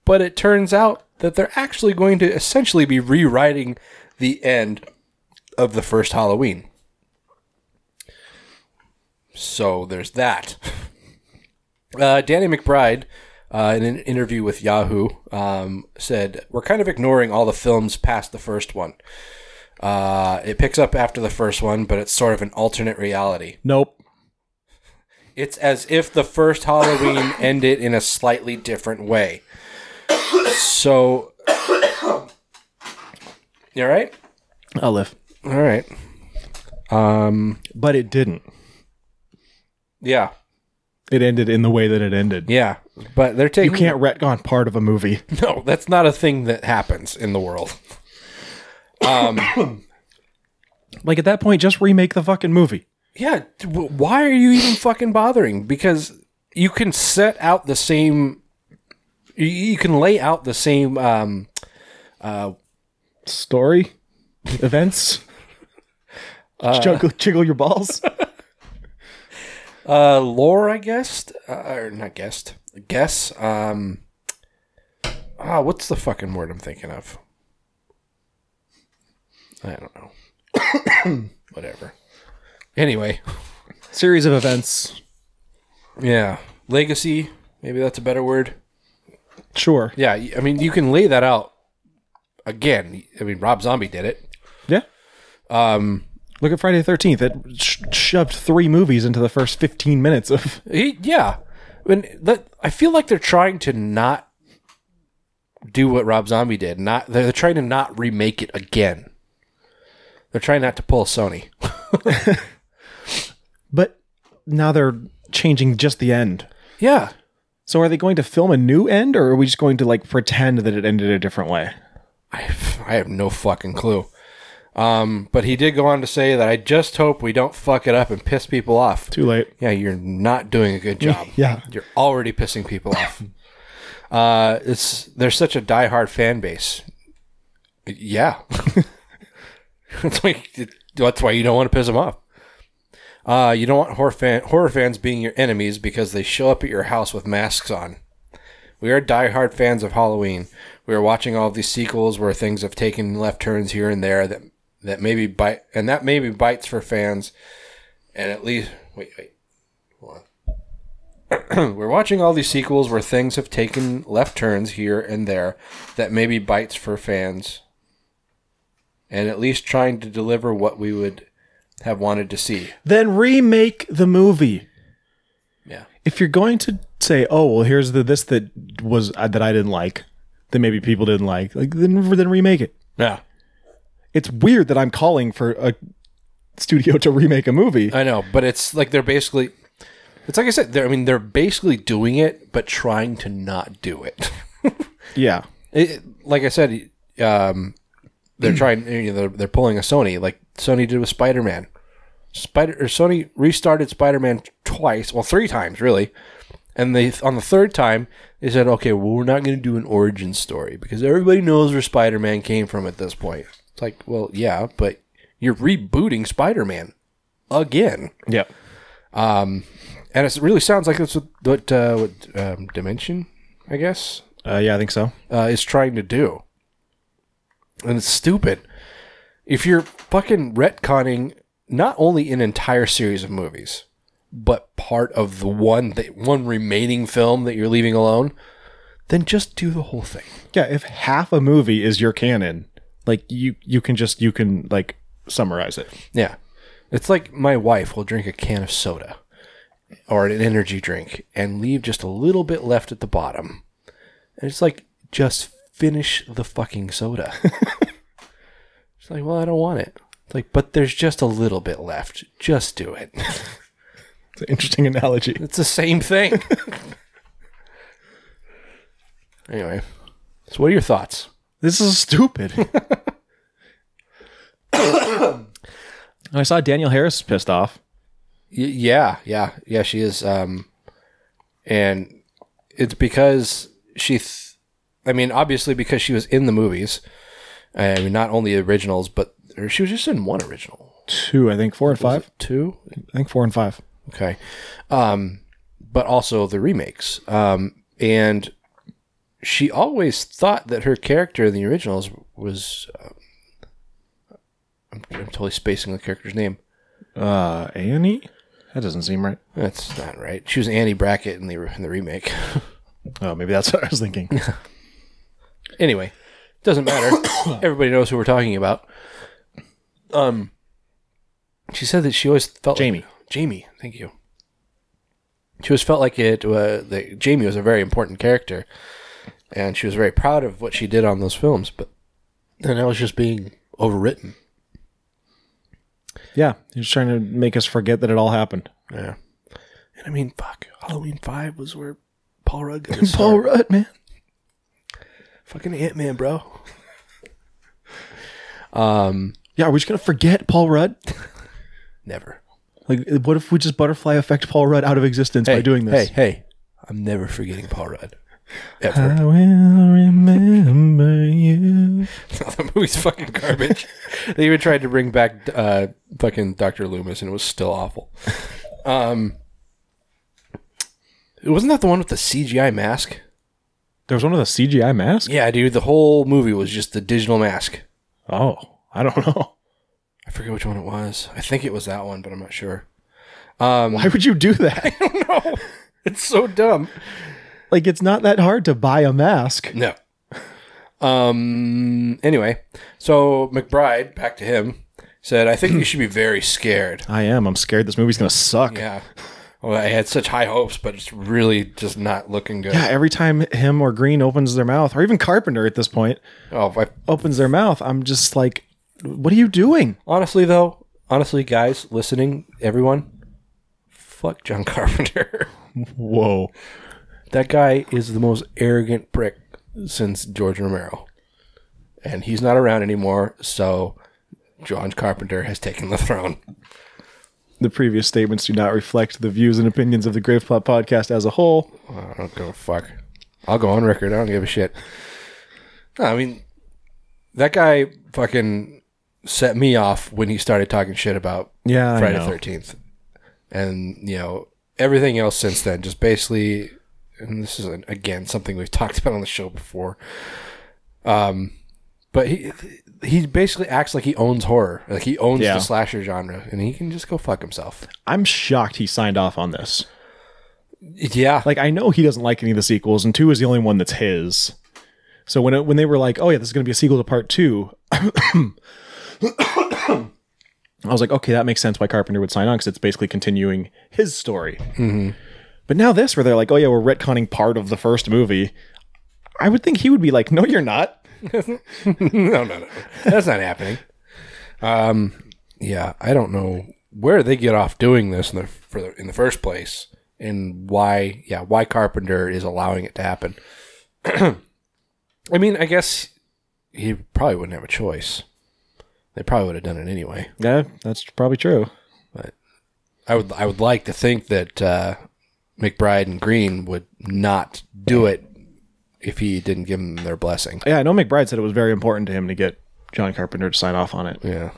S2: but it turns out that they're actually going to essentially be rewriting the end of the first Halloween. So there's that. Uh, Danny McBride, uh, in an interview with Yahoo, um, said, We're kind of ignoring all the films past the first one. Uh, it picks up after the first one, but it's sort of an alternate reality.
S3: Nope.
S2: It's as if the first Halloween ended in a slightly different way. So. You alright?
S3: I'll live.
S2: Alright.
S3: But it didn't.
S2: Yeah.
S3: It ended in the way that it ended.
S2: Yeah. But they're taking.
S3: You can't retcon part of a movie.
S2: No, that's not a thing that happens in the world.
S3: Like at that point, just remake the fucking movie.
S2: Yeah, d- w- why are you even fucking bothering? Because you can set out the same, you, you can lay out the same. Um,
S3: Story, events. juggle, jiggle your balls.
S2: uh, lore, I guess, uh, or not guessed, guess. Um, ah, what's the fucking word I'm thinking of? I don't know. Whatever. Anyway,
S3: Series of events.
S2: yeah, legacy. Maybe that's a better word.
S3: Sure.
S2: Yeah, y- I mean, you can lay that out. Again, I mean, Rob Zombie did it.
S3: Yeah. Um, look at Friday the Thirteenth. It sh- shoved three movies into the first fifteen minutes of.
S2: He, yeah. I mean, that, I feel like they're trying to not do what Rob Zombie did. Not they're trying to not remake it again. They're trying not to pull a Sony.
S3: But now they're changing just the end.
S2: Yeah.
S3: So are they going to film a new end, or are we just going to like pretend that it ended a different way?
S2: I I have no fucking clue. Um, but he did go on to say that I just hope we don't fuck it up and piss people off.
S3: Too late.
S2: Yeah, you're not doing a good job.
S3: Yeah.
S2: You're already pissing people off. Uh, it's there's such a diehard fan base. Yeah, that's why that's why you don't want to piss them off. Uh, you don't want horror fan horror fans being your enemies because they show up at your house with masks on. We are diehard fans of Halloween. We are watching all of these sequels where things have taken left turns here and there that that maybe bite and that maybe bites for fans, and at least wait wait hold on. We're watching all these sequels where things have taken left turns here and there that maybe bites for fans, and at least trying to deliver what we would have wanted to see.
S3: Then remake the movie.
S2: Yeah.
S3: If you're going to say, "Oh, well, here's the this that was uh, that I didn't like," that maybe people didn't like, like then then remake it.
S2: Yeah.
S3: It's weird that I'm calling for a studio to remake a movie.
S2: I know, but it's like they're basically. It's like I said. They're, I mean, they're basically doing it, but trying to not do it.
S3: yeah.
S2: it like I said, um, they're trying. You know, they're, they're pulling a Sony, like Sony did with Spider Man. Spider or Sony restarted Spider Man twice, well, three times really, and they on the third time they said, "Okay, well, we're not going to do an origin story because everybody knows where Spider Man came from at this point." It's like, well, yeah, but you're rebooting Spider Man again,
S3: Yeah.
S2: and it really sounds like that's what what, uh, what um, Dimension, I guess,
S3: Uh, yeah, I think so.
S2: uh, is trying to do. And it's stupid. If you're fucking retconning not only an entire series of movies, but part of the one that one remaining film that you're leaving alone, then just do the whole thing.
S3: Yeah, if half a movie is your canon, like you you can just you can like summarize it.
S2: Yeah. It's like my wife will drink a can of soda or an energy drink and leave just a little bit left at the bottom. And it's like, just finish the fucking soda. it's like, well, I don't want it. It's like, but there's just a little bit left. Just do it.
S3: It's an interesting analogy.
S2: It's the same thing. anyway, so what are your thoughts?
S3: This is stupid. I saw Daniel Harris pissed off.
S2: Y- yeah, yeah, yeah. She is, um, and it's because she. Th- I mean, obviously because she was in the movies. I mean, not only originals, but or she was just in one original.
S3: Two, I think, four and five.
S2: Two,
S3: I think four and five.
S2: Okay. Um, but also the remakes. Um, and she always thought that her character in the originals was. Um, I'm, I'm totally spacing the character's name.
S3: Uh, Annie? That doesn't seem right.
S2: That's not right. She was Annie Brackett in the in the remake.
S3: Oh, maybe that's what I was thinking.
S2: anyway, doesn't matter. Everybody knows who we're talking about. Um, she said that she always felt like-
S3: Jamie.
S2: Jamie, thank you. She always felt like it. Uh, that Jamie was a very important character, and she was very proud of what she did on those films. But and now it's just being overwritten.
S3: yeah, he's trying to make us forget that it all happened.
S2: Yeah. And I mean, fuck. Halloween Five was where Paul Rudd. got his
S3: Paul
S2: start.
S3: Rudd, man.
S2: fucking Ant Man, bro.
S3: Yeah, are we just gonna forget Paul Rudd?
S2: Never.
S3: Like, what if we just butterfly affect Paul Rudd out of existence by doing this?
S2: Hey, hey, I'm never forgetting Paul Rudd. Ever.
S3: I will remember you.
S2: the movie's fucking garbage. they even tried to bring back uh, fucking Doctor Loomis, and it was still awful. Um, wasn't that the one with the CGI mask?
S3: There was one with a CGI mask.
S2: Yeah, dude. The whole movie was just the digital mask.
S3: Oh, I don't know.
S2: I forget which one it was. I think it was that one, but I'm not sure.
S3: Why would you do that?
S2: no, it's so dumb.
S3: like, it's not that hard to buy a mask.
S2: No. Um. Anyway, so McBride, back to him, said, "I think you should be very scared."
S3: I am. I'm scared this movie's gonna suck.
S2: Yeah. Well, I had such high hopes, but it's really just not looking good.
S3: Yeah, every time him or Green opens their mouth, or even Carpenter at this point
S2: Oh, I,
S3: opens their mouth, I'm just like, what are you doing?
S2: honestly though, honestly, guys listening, everyone, fuck John Carpenter.
S3: Whoa.
S2: that guy is the most arrogant prick since George Romero, and he's not around anymore. So, John Carpenter has taken the throne.
S3: The previous statements do not reflect the views and opinions of the Grave Plot podcast as a whole.
S2: I don't give a fuck. I'll go on record. I don't give a shit. No, I mean, that guy fucking set me off when he started talking shit about
S3: Yeah, I
S2: Friday
S3: know.
S2: the 13th. And, you know, everything else since then, just basically, and this is, again, something we've talked about on the show before. Um, but he he basically acts like he owns horror, like he owns
S3: Yeah.
S2: the slasher genre, and he can just go fuck himself.
S3: I'm shocked he signed off on this.
S2: Yeah,
S3: Like, I know he doesn't like any of the sequels, and two is the only one that's his. So when it, when they were like, "Oh yeah, this is going to be a sequel to Part 2, I was like, "Okay, that makes sense why Carpenter would sign on because it's basically continuing his story." But now this, where they're like, "Oh yeah, we're retconning part of the first movie," I would think he would be like, "No, you're not."
S2: no, no, no. That's not happening. Um, yeah, I don't know where they get off doing this in the for the, in the first place, and why. Yeah, why Carpenter is allowing it to happen. I mean, I guess he probably wouldn't have a choice. They probably would have done it anyway.
S3: Yeah, that's probably true.
S2: I would I would like to think that uh, McBride and Green would not do it if he didn't give them their blessing.
S3: Yeah, I know McBride said it was very important to him to get John Carpenter to sign off on it.
S2: Yeah.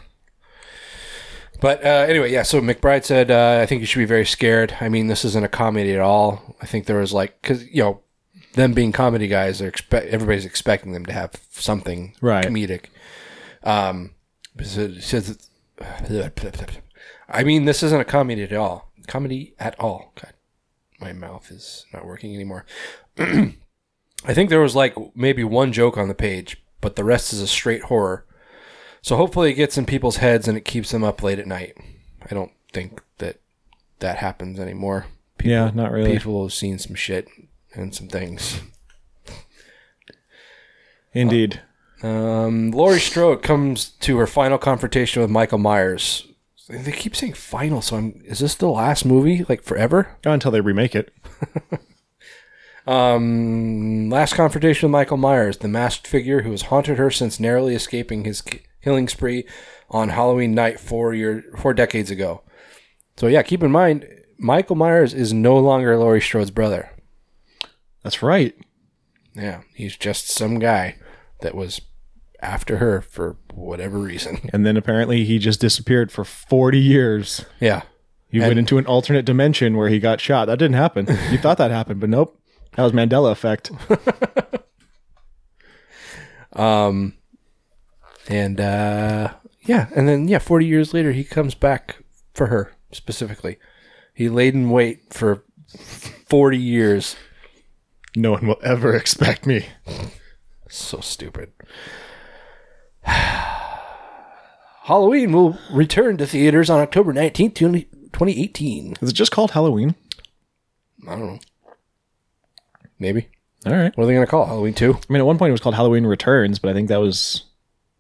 S2: But uh, anyway, yeah. So McBride said, uh, "I think you should be very scared. I mean, this isn't a comedy at all. I think there was like, because you know, them being comedy guys, they're expect everybody's expecting them to have something
S3: Right.
S2: comedic." Um, so it says, "I mean, this isn't a comedy at all. Comedy at all." God, my mouth is not working anymore. I think there was like maybe one joke on the page, but the rest is a straight horror. So hopefully it gets in people's heads and it keeps them up late at night. I don't think that that happens anymore. People,
S3: Yeah, not really.
S2: People have seen some shit and some things.
S3: Indeed.
S2: Um, Laurie Strode comes to her final confrontation with Michael Myers. They keep saying final, so I'm. Is this the last movie, like forever?
S3: Not until they remake it.
S2: Um, last confrontation with Michael Myers, the masked figure who has haunted her since narrowly escaping his ki- killing spree on Halloween night four year four decades ago. So yeah, keep in mind, Michael Myers is no longer Laurie Strode's brother.
S3: That's right.
S2: Yeah, he's just some guy that was after her for whatever reason.
S3: And then apparently he just disappeared for 40 years.
S2: Yeah.
S3: He went into an alternate dimension where he got shot. That didn't happen. You thought that happened, but nope. That was Mandela effect.
S2: And uh yeah, and then yeah, 40 years later he comes back for her specifically. He laid in wait for 40 years.
S3: No one will ever expect me.
S2: So stupid. Halloween will return to theaters on October 19th, 2018.
S3: Is it just called Halloween?
S2: I don't know. Maybe.
S3: All right.
S2: What are they going to call it? Halloween 2?
S3: I mean, at one point it was called Halloween Returns, but I think that was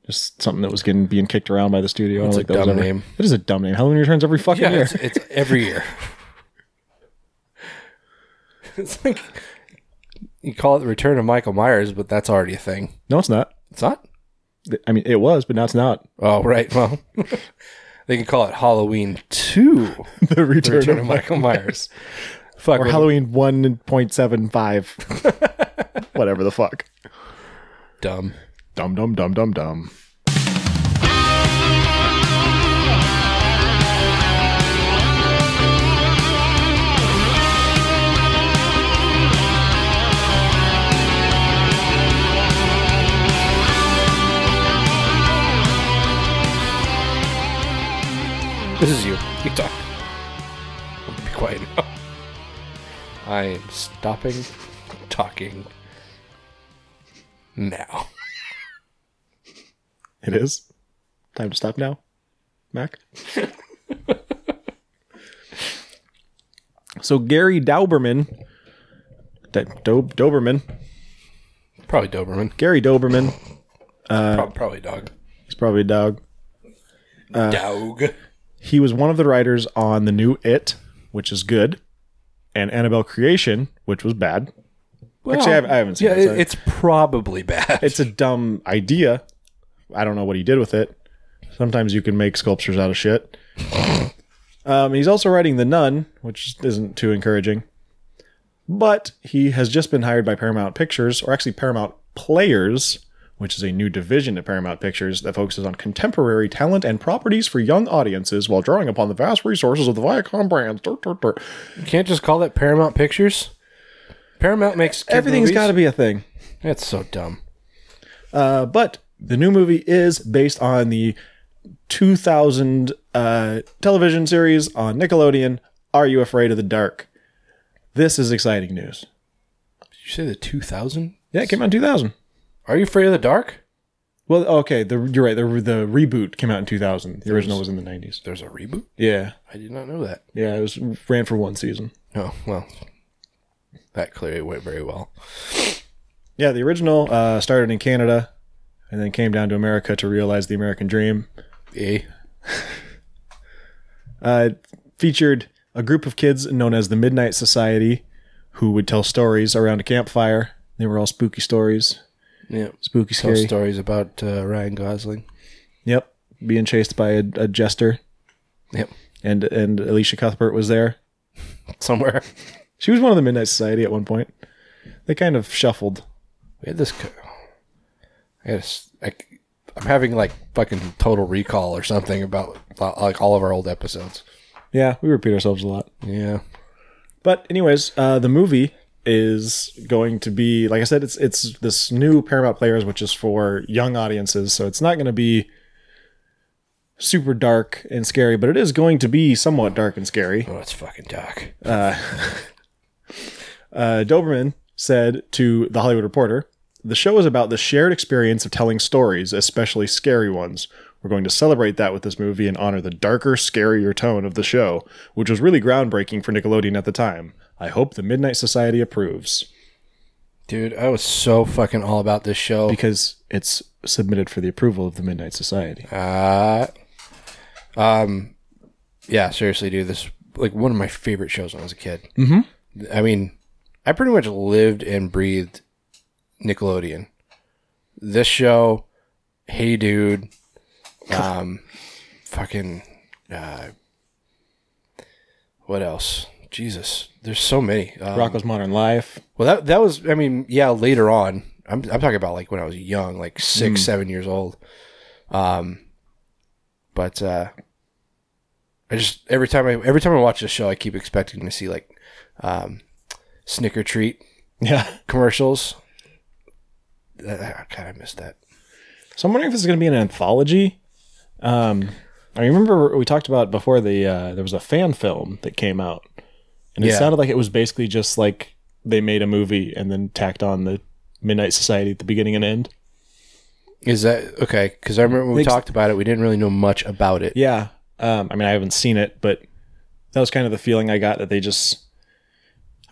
S3: just something that was getting being kicked around by the studio.
S2: That's
S3: I
S2: a
S3: don't think that was
S2: dumb
S3: ever-
S2: name.
S3: It is a dumb name. Halloween Returns every fucking
S2: Yeah,
S3: year.
S2: it's, it's every year. it's like you call it the return of Michael Myers, but that's already a thing.
S3: no, it's not.
S2: It's not.
S3: Th- I mean, it was, but now it's not.
S2: Oh, right. Well, they can call it Halloween Two:
S3: the
S2: The
S3: Return,
S2: Return
S3: of
S2: of
S3: Michael.
S2: Michael Myers. Fuck.
S3: Or
S2: what-
S3: Halloween 1.75. Whatever the fuck.
S2: Dumb.
S3: Dum, dum, dum, dum, dum.
S2: This is you. You talk. Be quiet. now. I am stopping talking now.
S3: It is. Time to stop now, Mac. so Gary Dauberman, that Do- Doberman,
S2: Probably Doberman.
S3: Gary Doberman, Uh,
S2: Prob- probably dog.
S3: he's probably a dog. uh,
S2: dog.
S3: He was one of the writers on the new It, which is good, and Annabelle Creation, which was bad. Actually, I haven't- I haven't seen
S2: yeah,
S3: it, so-
S2: it's probably bad.
S3: It's a dumb idea. I don't know what he did with it. Sometimes you can make sculptures out of shit. Um, he's also writing The Nun, which isn't too encouraging. But he has just been hired by Paramount Pictures, or actually Paramount Players, which is a new division at Paramount Pictures that focuses on contemporary talent and properties for young audiences while drawing upon the vast resources of the Viacom brands. Dur, dur, dur.
S2: you can't just call it Paramount Pictures. Paramount makes kid
S3: Everything's
S2: movies.
S3: got to be a thing.
S2: That's so dumb.
S3: Uh, but the new movie is based on the 2000 uh, television series on Nickelodeon, Are You Afraid of the Dark? This is exciting news.
S2: Did you say the two thousand?
S3: Yeah, it came out in 2000.
S2: Are you afraid of the dark?
S3: Well, okay, the, you're right. The, the reboot came out in 2000. The original was in the 90s.
S2: There's a reboot.
S3: Yeah.
S2: I did not know that.
S3: Yeah, it was ran for one season.
S2: Oh well, that clearly went very well.
S3: Yeah, the original uh, started in Canada and then came down to America to realize the American dream.
S2: Eh?
S3: uh, featured a group of kids known as the Midnight Society who would tell stories around a campfire. They were all spooky stories,
S2: Yeah.
S3: spooky,
S2: Tell
S3: scary.
S2: stories about uh, Ryan Gosling.
S3: Yep, being chased by a, a jester,
S2: Yep.
S3: and and Alicia Cuthbert was there.
S2: Somewhere
S3: She was one of the Midnight Society at one point. They kind of shuffled.
S2: we had this. Co- I gotta, s- I, am having like fucking total recall or something about about, like all of our old episodes.
S3: Yeah, we repeat ourselves a lot.
S2: Yeah.
S3: But anyways, uh, the movie is going to be like I said, it's it's this new Paramount Players, which is for young audiences, so it's not going to be super dark and scary, but it is going to be somewhat dark and scary.
S2: Oh, it's fucking dark.
S3: Uh, Doberman said to the Hollywood Reporter, "The show is about the shared experience of telling stories, especially scary ones. We're going to celebrate that with this movie and honor the darker, scarier tone of the show, which was really groundbreaking for Nickelodeon at the time. I hope the Midnight Society approves
S2: Dude, I was so fucking all about this show.
S3: because it's submitted for the approval of the Midnight Society.
S2: Uh, um, yeah, seriously, dude, this like one of my favorite shows when I was a kid. Mm-hmm. I mean, I pretty much lived and breathed Nickelodeon. This show, Hey Dude, um, fucking, uh, what else? Jesus, there's so many. Um,
S3: Rocko's Modern Life.
S2: well, that that was, I mean, yeah, later on. I'm I'm talking about like when I was young, like six, seven years old. Um, but uh, I just every time I every time I watch this show, I keep expecting to see like, um, Snicker treat
S3: Yeah.
S2: commercials. That- I kind of missed that.
S3: So I'm wondering if this is going to be an anthology. Um, I remember we talked about before the uh, there was a fan film that came out, and it
S2: Yeah.
S3: sounded like it was basically just like they made a movie and then tacked on the Midnight Society at the beginning and end.
S2: Is that okay? Because I remember when we
S3: Makes-
S2: talked about it, we didn't really know much about it.
S3: Yeah. Um, I mean, I haven't seen it, but that was kind of the feeling I got that they just.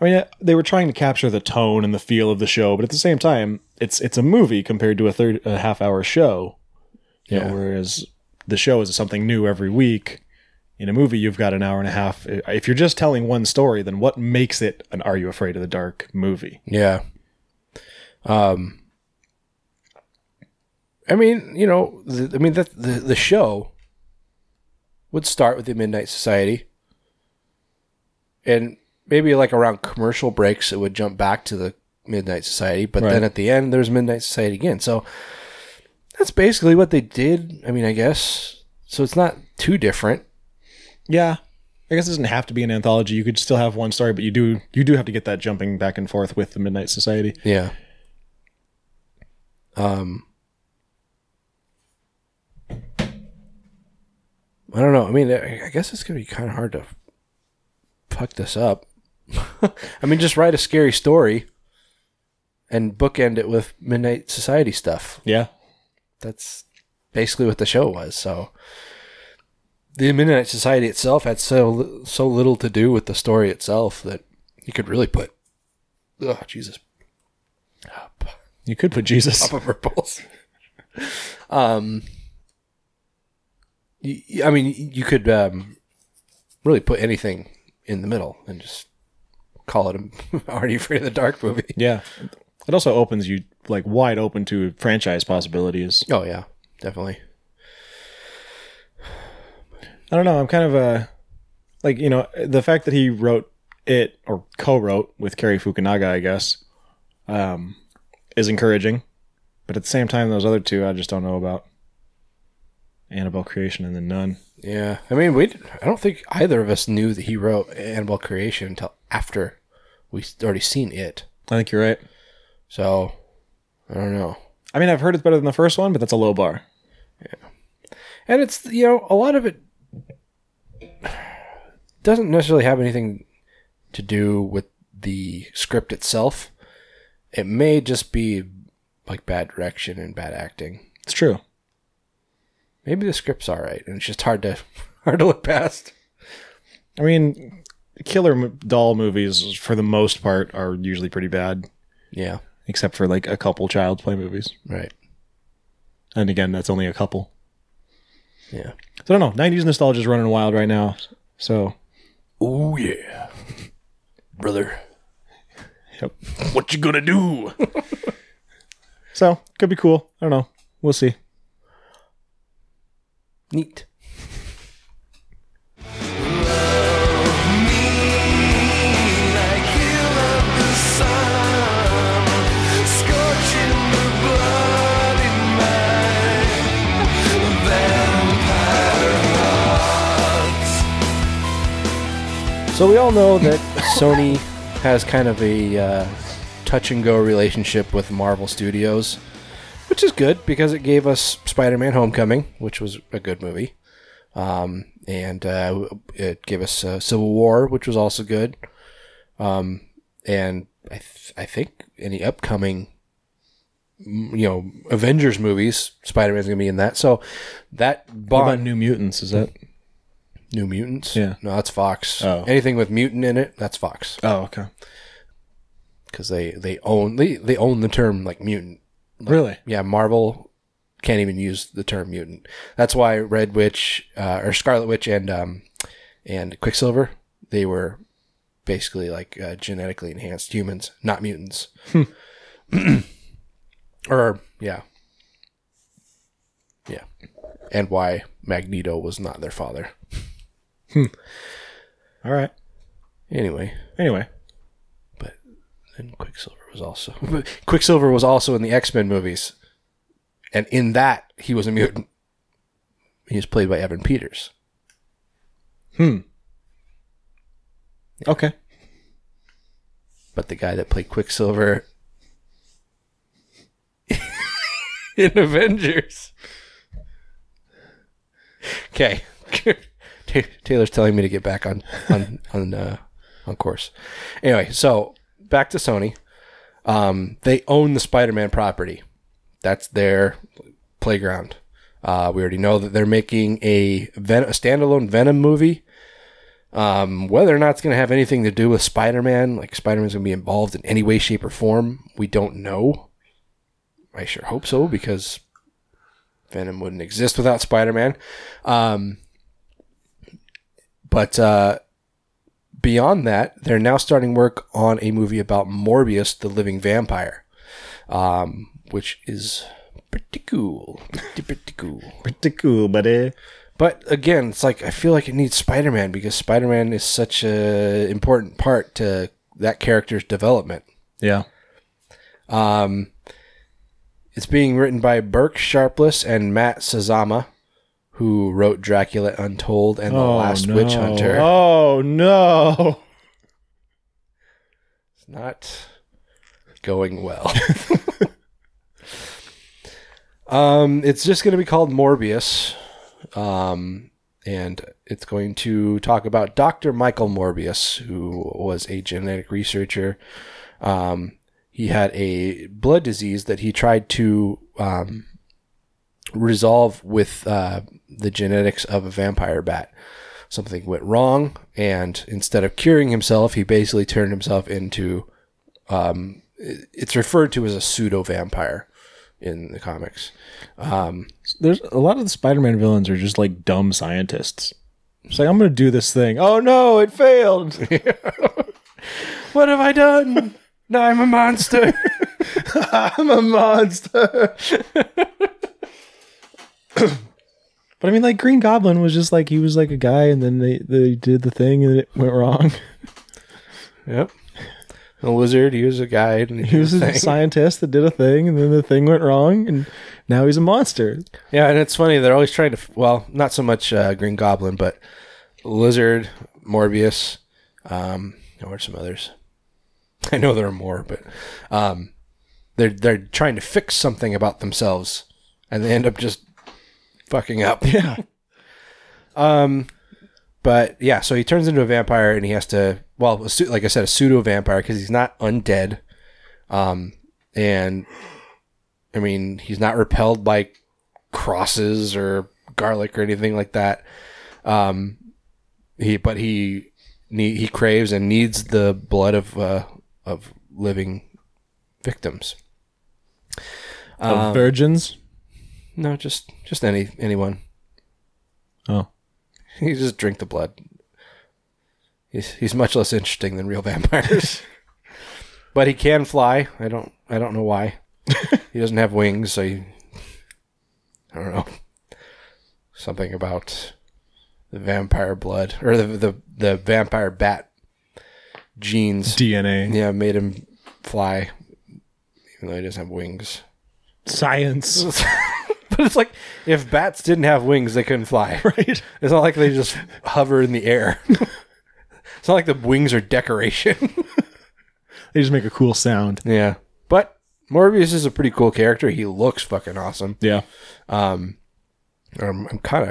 S3: I mean, uh, they were trying to capture the tone and the feel of the show, but at the same time, it's it's a movie compared to a third a half hour show. You know,
S2: Yeah.
S3: whereas the show is something new every week. In a movie, you've got an hour and a half. If you're just telling one story, then what makes it an "Are You Afraid of the Dark" movie?
S2: Yeah. Um. I mean, you know, the, I mean that the the show would start with the Midnight Society, and maybe like around commercial breaks, it would jump back to the Midnight Society. But
S3: Right.
S2: then at the end, there's Midnight Society again. So that's basically what they did. I mean, I guess so. It's not too different.
S3: Yeah, I guess it doesn't have to be an anthology. You could still have one story, but you do you do have to get that jumping back and forth with the Midnight Society.
S2: Yeah. Um. I don't know. I mean, I I guess it's gonna be kind of hard to fuck this up. I mean, just write a scary story and bookend it with Midnight Society stuff.
S3: Yeah,
S2: That's basically what the show was. So, the Midnight Society itself had so so little to do with the story itself that you could really put. Oh Jesus!
S3: You could put Jesus.
S2: Papa Purples. um, y- y- I mean, you could um, really put anything in the middle and just call it a already afraid of the dark movie.
S3: Yeah. It also opens you like wide open to franchise possibilities.
S2: Oh yeah, definitely.
S3: I don't know. I'm kind of uh like you know the fact that he wrote it or co-wrote with Kerry Fukunaga, I guess, um, is encouraging. But at the same time, those other two I just don't know about. Annabelle Creation and the Nun.
S2: Yeah, I mean, we. didn't- I don't think either of us knew that he wrote Annabelle Creation until after we would already seen it.
S3: I think you're right.
S2: So I don't know.
S3: I mean, I've heard it's better than the first one, but that's a low bar.
S2: and it's you know a lot of it doesn't necessarily have anything to do with the script itself it may just be like bad direction and bad acting
S3: It's true.
S2: maybe the script's all right and it's just hard to hard to look past
S3: I mean, killer m- doll movies for the most part are usually pretty bad.
S2: yeah
S3: except for like a couple child's play movies.
S2: right
S3: And again, that's only a couple.
S2: yeah
S3: So I don't know. 90s nostalgia is running wild right now. So
S2: oh yeah brother
S3: what you gonna do? so could be cool. I don't know. We'll see.
S2: neat So we all know that Sony has kind of a uh, touch and go relationship with Marvel Studios, which is good because it gave us Spider-Man: Homecoming, which was a good movie, um, and uh, it gave us uh, Civil War, which was also good, um, and I, th- I think any upcoming m- mm, you know Avengers movies. Spider Man's gonna be in that. So that
S3: What about
S2: bond
S3: New Mutants? Is that?
S2: New Mutants.
S3: Yeah.
S2: no, that's Fox.
S3: Oh.
S2: Anything with mutant in it, that's Fox
S3: Oh, okay.
S2: because they they own they they own the term like mutant.
S3: really?
S2: yeah, Marvel can't even use the term mutant. That's why Red Witch uh, or Scarlet Witch and um, and Quicksilver they were basically like uh, genetically enhanced humans, not mutants. or yeah, yeah, and why Magneto was not their father.
S3: All right.
S2: Anyway,
S3: Anyway,
S2: and Quicksilver was also Quicksilver was also in the X Men movies, and in that he was a mutant. He was played by Evan Peters.
S3: okay.
S2: but the guy that played Quicksilver in Avengers. Okay, Taylor's telling me to get back on on on uh, on course. Anyway, so back to Sony. Um, they own the Spider-Man property. That's their playground. Uh, we already know that they're making a, Ven- a standalone Venom movie. Um, whether or not it's going to have anything to do with Spider Man, like Spider Man's going to be involved in any way, shape, or form, we don't know. I sure hope so because Venom wouldn't exist without Spider Man. Um, but uh, beyond that, they're now starting work on a movie about Morbius, the living vampire, um, which is pretty cool. Pretty, pretty cool.
S3: Pretty cool, buddy.
S2: But again, it's like I feel like it needs Spider Man because Spider Man is such a important part to that character's development.
S3: Yeah.
S2: Um, it's being written by Burke Sharpless and Matt Sazama, who wrote Dracula Untold and The Last Witch Hunter.
S3: Oh no.
S2: It's not going well. um, it's just going to be called Morbius. Um, and it's going to talk about Dr. Michael Morbius, who was a genetic researcher. Um, he had a blood disease that he tried to um, resolve with uh, the genetics of a vampire bat something went wrong, and instead of curing himself, he basically turned himself into. Um, it- it's referred to as a pseudo vampire in the comics.
S3: There's a lot of the Spider-Man villains are just like dumb scientists. It's like I'm gonna do this thing. Oh no, it failed.
S2: What have I done? now I'm a monster.
S3: I'm a monster. but I mean, like Green Goblin was just like he was like a guy, and then they they did the thing, and it went wrong.
S2: yep. The lizard, he was a guy. And
S3: He was a scientist that did a thing, and then the thing went wrong, and now he's a monster.
S2: Yeah, and it's funny. They're always trying to. Well, not so much uh, Green Goblin, but Lizard, Morbius. Um, there were some others. I know there are more, but um, they're they're trying to fix something about themselves, and they end up just fucking up. Um,
S3: Yeah.
S2: But yeah, so he turns into a vampire, and he has to. Well, a pseu- like I said, a pseudo vampire because he's not undead. Um, and I mean, he's not repelled by crosses or garlic or anything like that. Um, he but he ne- he craves and needs the blood of uh, of living victims.
S3: Of virgins.
S2: No, just just any anyone.
S3: Oh.
S2: He just drink the blood. He's he's much less interesting than real vampires. but he can fly. I don't I don't know why. he doesn't have wings, so he, I don't know. Something about the vampire blood or the the, the vampire bat genes.
S3: DNA.
S2: yeah, made him fly even though he doesn't have wings.
S3: Science.
S2: but it's like if bats didn't have wings, they couldn't fly.
S3: Right.
S2: It's not like they just hover in the air. it's not like the wings are decoration.
S3: They just make a cool sound.
S2: yeah. But Morbius is a pretty cool character. He looks fucking awesome.
S3: Yeah.
S2: Um, I'm, I'm kind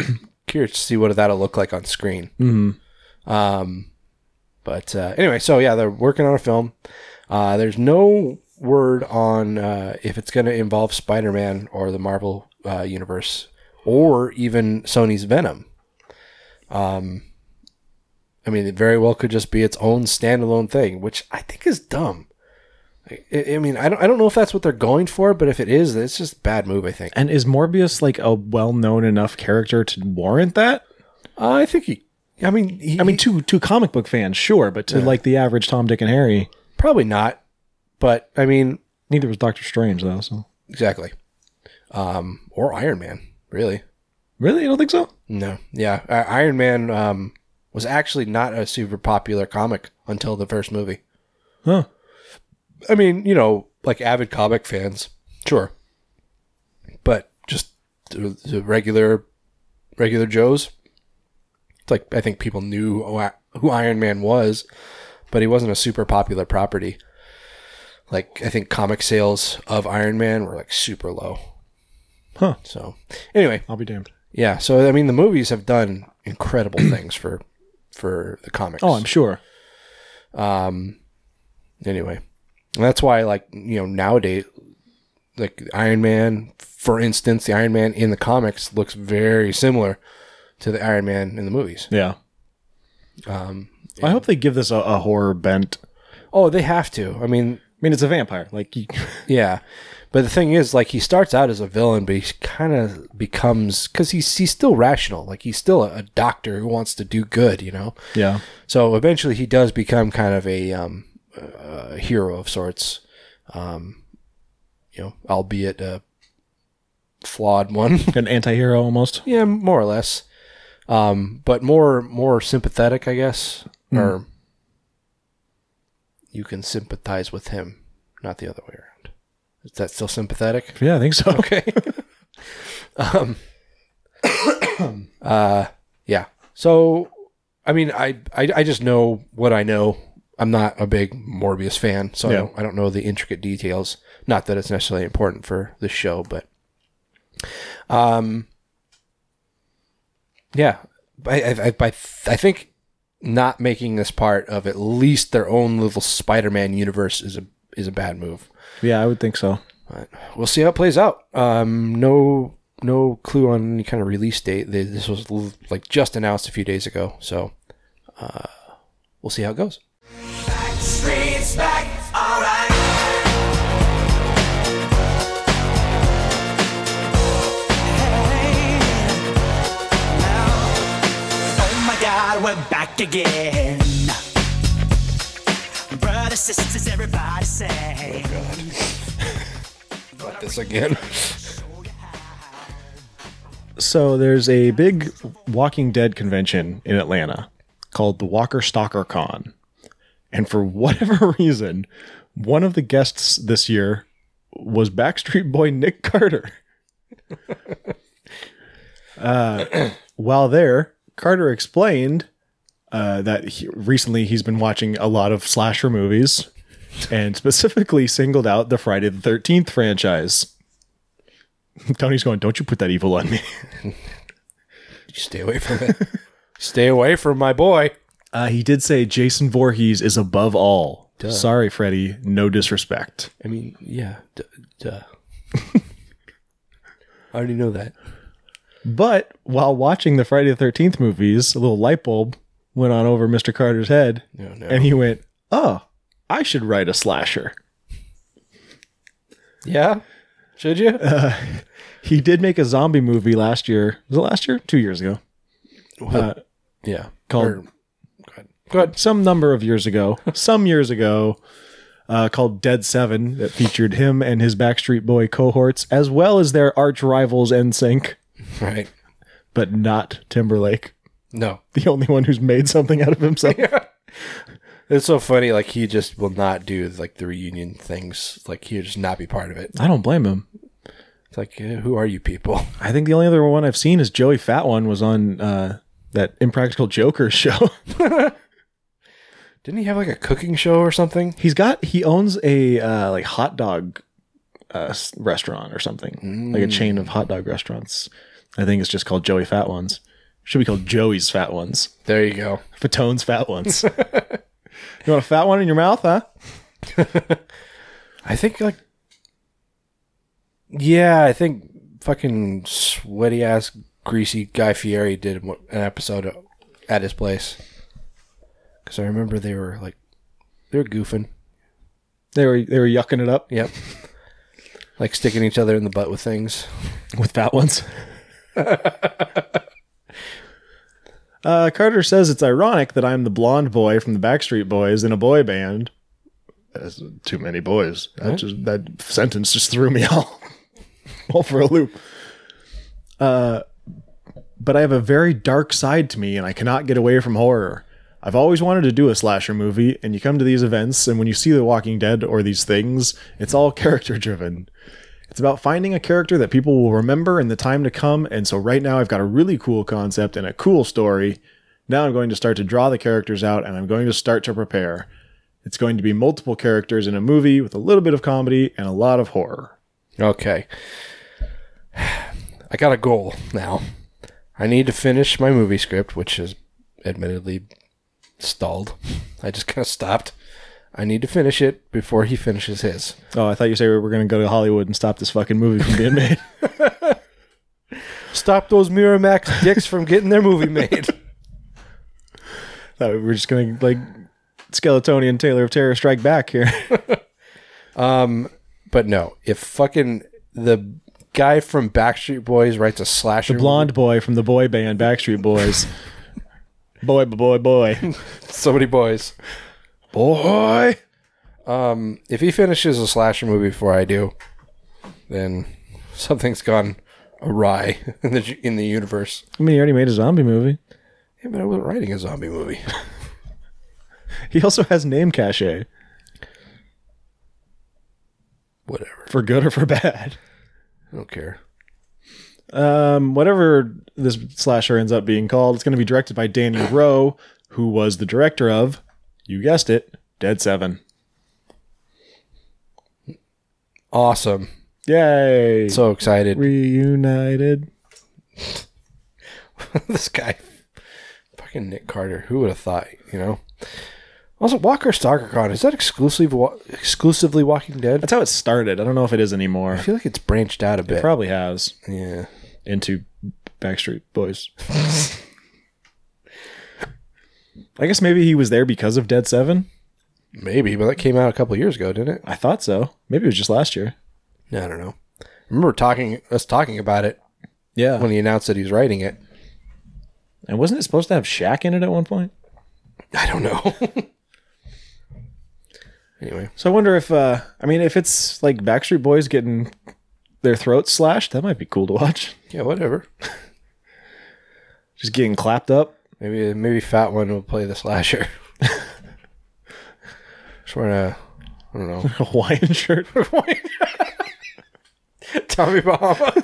S2: of curious to see what that'll look like on screen. Mm-hmm. Um, but uh, anyway, so yeah, they're working on a film. Uh, there's no word on uh, if it's going to involve Spider Man or the Marvel uh, universe or even Sony's Venom. Um, I mean, it very well could just be its own standalone thing, which I think is dumb. I, I mean, I don't, I don't know if that's what they're going for, but if it is, it's just a bad move, I think.
S3: And is Morbius like a well-known enough character to warrant that? Uh,
S2: I think he. I mean, he,
S3: I mean, to to comic book fans, sure, but to like the average Tom, Dick, and Harry,
S2: probably not. But I mean,
S3: neither was Doctor Strange though. So
S2: exactly. Um, or Iron Man, really?
S3: really, you don't think so?
S2: No, yeah. I Iron Man um, was actually not a super popular comic until the first movie.
S3: Huh?
S2: I mean, you know, like avid comic fans, sure, but just the the regular, regular Joes. It's like I think people knew who I- who Iron Man was, but he wasn't a super popular property. Like I think comic sales of Iron Man were like super low.
S3: Huh.
S2: So anyway,
S3: I'll be damned.
S2: yeah. So I mean, the movies have done incredible things for for the comics.
S3: Oh, I'm sure.
S2: anyway And that's why like you know nowadays like iron man for instance the iron man in the comics looks very similar to the iron man in the movies
S3: Yeah. I hope they give this a, a horror bent.
S2: oh they have to i mean
S3: I mean, it's a vampire. Like, you-
S2: yeah but the thing is like he starts out as a villain but he kind of becomes because he's he's still rational like he's still a, a doctor who wants to do good you know
S3: yeah.
S2: So eventually, he does become kind of a um, uh, hero of sorts, um, you know, albeit a flawed one.
S3: An anti-hero almost.
S2: yeah, more or less, um, but more more sympathetic, I guess. Or you can sympathize with him, not the other way around. Is that still sympathetic?
S3: Yeah, I think so. Okay.
S2: Um, uh, Yeah. So, I mean, I, I I just know what I know. I'm not a big Morbius fan, so I,
S3: Yeah.
S2: don't, I don't know the intricate details. Not that it's necessarily important for the show, but um, yeah, I I, I, I I think not making this part of at least their own little Spider-Man universe is a is a bad move.
S3: Yeah, I would think so.
S2: But we'll see how it plays out. Um, no, no clue on any kind of release date. They, this was l- like just announced a few days ago, so uh, we'll see how it goes.
S4: Streets back, alright.
S5: Oh my god, we're back again. Brothers, sisters, everybody say.
S2: Got this again.
S3: So there's a big Walking Dead convention in Atlanta called the Walker Stalker Con. And for whatever reason, one of the guests this year was Backstreet Boy Nick Carter. Uh, while there, Carter explained uh, that he, recently he's been watching a lot of slasher movies and specifically singled out the Friday the 13th franchise. Tony's going, Don't you put that evil on me.
S2: Stay away from it. Stay away from my boy.
S3: Uh, he did say Jason Voorhees is above all. Sorry, Freddy. No disrespect.
S2: I mean, yeah, d- duh. I already know that.
S3: But while watching the Friday the 13th movies, a little light bulb went on over Mr. Carter's head,
S2: No, no.
S3: and he went, Oh, I should write a slasher.
S2: yeah, should you?
S3: He did make a zombie movie last year. Was it last year? Two years ago. Uh,
S2: yeah.
S3: Called
S2: Or- Go ahead.
S3: some number of years ago, some years ago, uh, called Dead Seven that featured him and his Backstreet Boy cohorts, as well as their arch rivals NSYNC,
S2: Right.
S3: but not Timberlake.
S2: No.
S3: the only one who's made something out of himself.
S2: It's so funny. Like he just will not do like the reunion things. Like he'll just not be part of it.
S3: I don't blame him.
S2: It's like, eh, who are you people?
S3: I think the only other one I've seen is Joey Fat One was on uh, that Impractical Joker show.
S2: Didn't he have like a cooking show or something?
S3: He's got he owns a uh, like hot dog uh, s- restaurant or something, like a chain of hot dog restaurants. I think it's just called Joey Fat Ones. Should be called Joey's Fat Ones.
S2: There you go.
S3: Fatone's Fat Ones. you want a fat one in your mouth, huh?
S2: I think like yeah, I think fucking sweaty ass greasy Guy Fieri did one- an episode at his place because I remember they were like they were goofing,
S3: They were they were yucking it up
S2: yep, like sticking each other in the butt with things.
S3: with fat ones. uh, Carter says it's ironic that I'm the blonde boy from the Backstreet Boys in a boy band. That's too many boys. That just that sentence just threw me all all for a loop. Uh, but I have a very dark side to me, and I cannot get away from horror. I've always wanted to do a slasher movie, and you come to these events, and when you see The Walking Dead or these things, it's all character driven. It's about finding a character that people will remember in the time to come. And so right now I've got a really cool concept and a cool story. Now I'm going to start to draw the characters out and I'm going to start to prepare. It's going to be multiple characters in a movie with a little bit of comedy and a lot of horror.
S2: Okay, I got a goal now. I need to finish my movie script, which is admittedly stalled. I just kind of stopped. I need to finish it before he finishes his.
S3: Oh, I thought you said we were going to go to Hollywood and stop this fucking movie from being made.
S2: Stop those Miramax dicks from getting their movie made.
S3: thought we were just going to like Skeletonian Taylor of Terror strike back here.
S2: but no, if fucking the guy from Backstreet Boys writes a slasher,
S3: Blonde boy from the boy band Backstreet Boys. boy, boy, boy.
S2: movie- so many boys.
S3: Boy.
S2: If he finishes a slasher movie before I do, then something's gone awry in the in the universe.
S3: I mean, he already made a zombie movie.
S2: Yeah, but I wasn't writing a zombie movie.
S3: He also has name cachet
S2: Whatever,
S3: for good or for bad.
S2: I don't care.
S3: Um, whatever this slasher ends up being called, it's going to be directed by Danny Rowe, who was the director of, you guessed it, Dead Seven.
S2: Awesome,
S3: Yay!
S2: so excited.
S3: reunited.
S2: this guy, fucking Nick Carter. Who would have thought? You know. Also, Walker Stalker Con is that exclusively wa- exclusively Walking Dead?
S3: That's how it started. I don't know if it is anymore.
S2: I feel like it's branched out a bit.
S3: Probably has
S2: yeah.
S3: into Backstreet Boys. I guess maybe he was there because of Dead Seven.
S2: Maybe, but that came out a couple years ago, didn't it?
S3: I thought so. Maybe it was just last year.
S2: Yeah, I don't know. I remember talking us talking about it
S3: Yeah.
S2: when he announced that he's writing it.
S3: and wasn't it supposed to have Shaq in it at one point?
S2: I don't know. anyway,
S3: So I wonder if uh I mean if it's like Backstreet Boys getting their throats slashed, that might be cool to watch.
S2: yeah, whatever.
S3: Just getting clapped up.
S2: Maybe maybe Fat One will play the slasher. Just wearing a I don't know
S3: Hawaiian shirt.
S2: Tommy Bahama.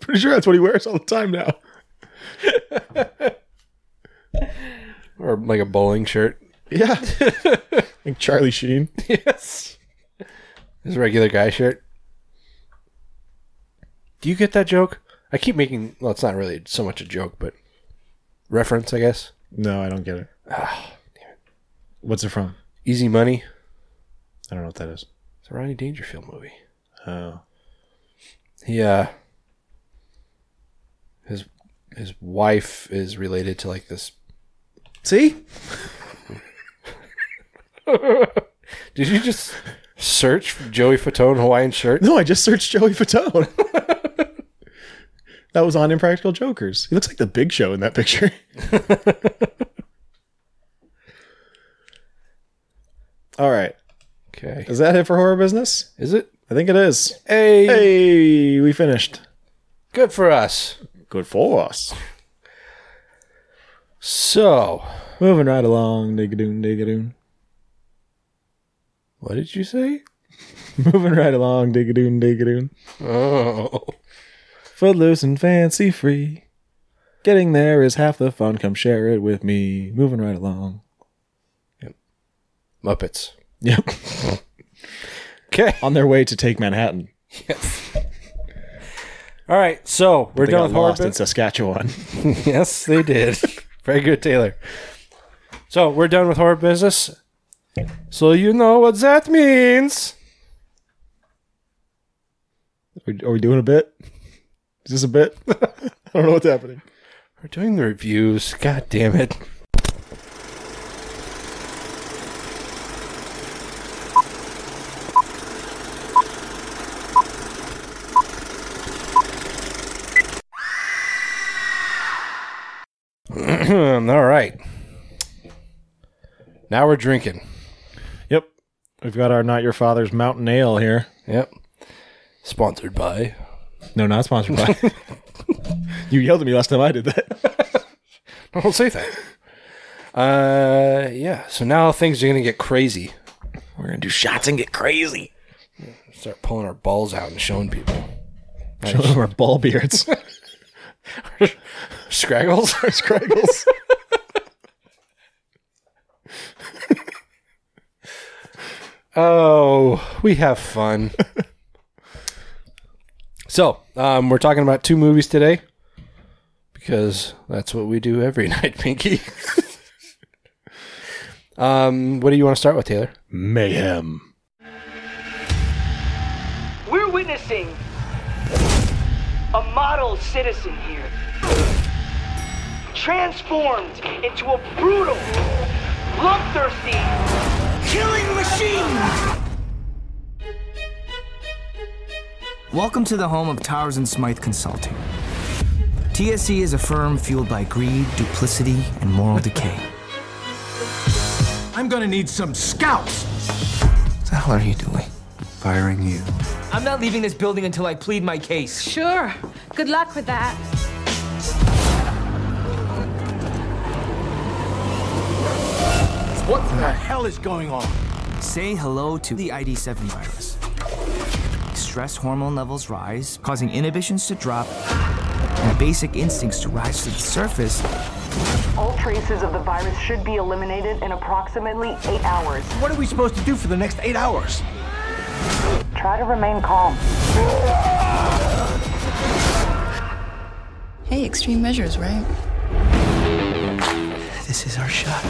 S3: Pretty sure that's what he wears all the time now.
S2: or like a bowling shirt.
S3: Yeah. like Charlie Sheen.
S2: Yes. His regular guy shirt. Do you get that joke? I keep making well, it's not really so much a joke, but reference, I guess.
S3: No, I don't get it. What's it from?
S2: Easy Money.
S3: I don't know what that is.
S2: It's a Ronnie Dangerfield movie.
S3: Oh.
S2: He uh his his wife is related to like this
S3: See?
S2: Did you just search for Joey Fatone Hawaiian shirt?
S3: No, I just searched Joey Fatone. that was on Impractical Jokers. He looks like the big show in that picture. All right.
S2: Okay.
S3: Is that it for horror business?
S2: Is it?
S3: I think it is.
S2: Hey,
S3: Hey, we finished.
S2: good for us.
S3: Good for us.
S2: So,
S3: Moving right along, digadoon, digadoon.
S2: what did you say?
S3: Moving right along, digadoon, digadoon.
S2: Oh.
S3: Footloose and fancy free. Getting there is half the fun. Come share it with me. Moving right along.
S2: Muppets.
S3: Yep.
S2: Okay.
S3: on their way to take Manhattan.
S2: All right. So, we're
S3: They
S2: done
S3: got
S2: with horror
S3: lost in Saskatchewan.
S2: Yes, they did. Very good, Taylor. So we're done with horror business. So you know what that means.
S3: we- Are we doing a bit? Is this a bit? I don't know what's happening.
S2: We're doing the reviews. God damn it. All right. Now we're drinking.
S3: Yep. We've got our Not Your Father's Mountain Ale here.
S2: Yep. Sponsored by.
S3: No, not sponsored by. you yelled at me last time I did that.
S2: Don't say that. Uh, yeah. So now things are gonna get crazy.
S3: We're going to do shots and get crazy.
S2: Start pulling our balls out and showing people.
S3: Show them our ball beards.
S2: Scraggles.
S3: Scraggles.
S2: Oh, we have fun. so, um, we're talking about two movies today because that's what we do every night, Pinky. um, what do you want to start with, Taylor?
S3: Mayhem.
S6: We're witnessing a model citizen here, transformed into a brutal, bloodthirsty
S5: Killing machine!
S7: Welcome to the home of Towers and Smythe Consulting. TSC is a firm fueled by greed, duplicity, and moral decay.
S5: I'm gonna need some scouts!
S7: What the hell are you doing? Firing you. I'm not leaving this building until I plead my case.
S8: Sure. Good luck with that.
S5: What the hell is going on?
S7: Say hello to the ID7 virus. Stress hormone levels rise, causing inhibitions to drop and basic instincts to rise to the surface.
S9: All traces of the virus should be eliminated in approximately eight hours.
S5: What are we supposed to do for the next eight hours?
S9: Try to remain calm.
S10: Hey, extreme measures, right?
S7: This is our shot.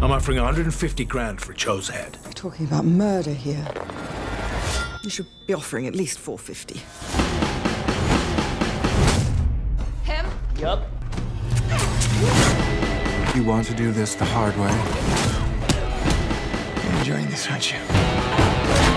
S5: I'm offering 150 grand for Joe's head.
S10: We're talking about murder here. You should be offering at least 450.
S8: Him?
S1: You want to do this the hard way?
S5: Enjoying this, aren't you?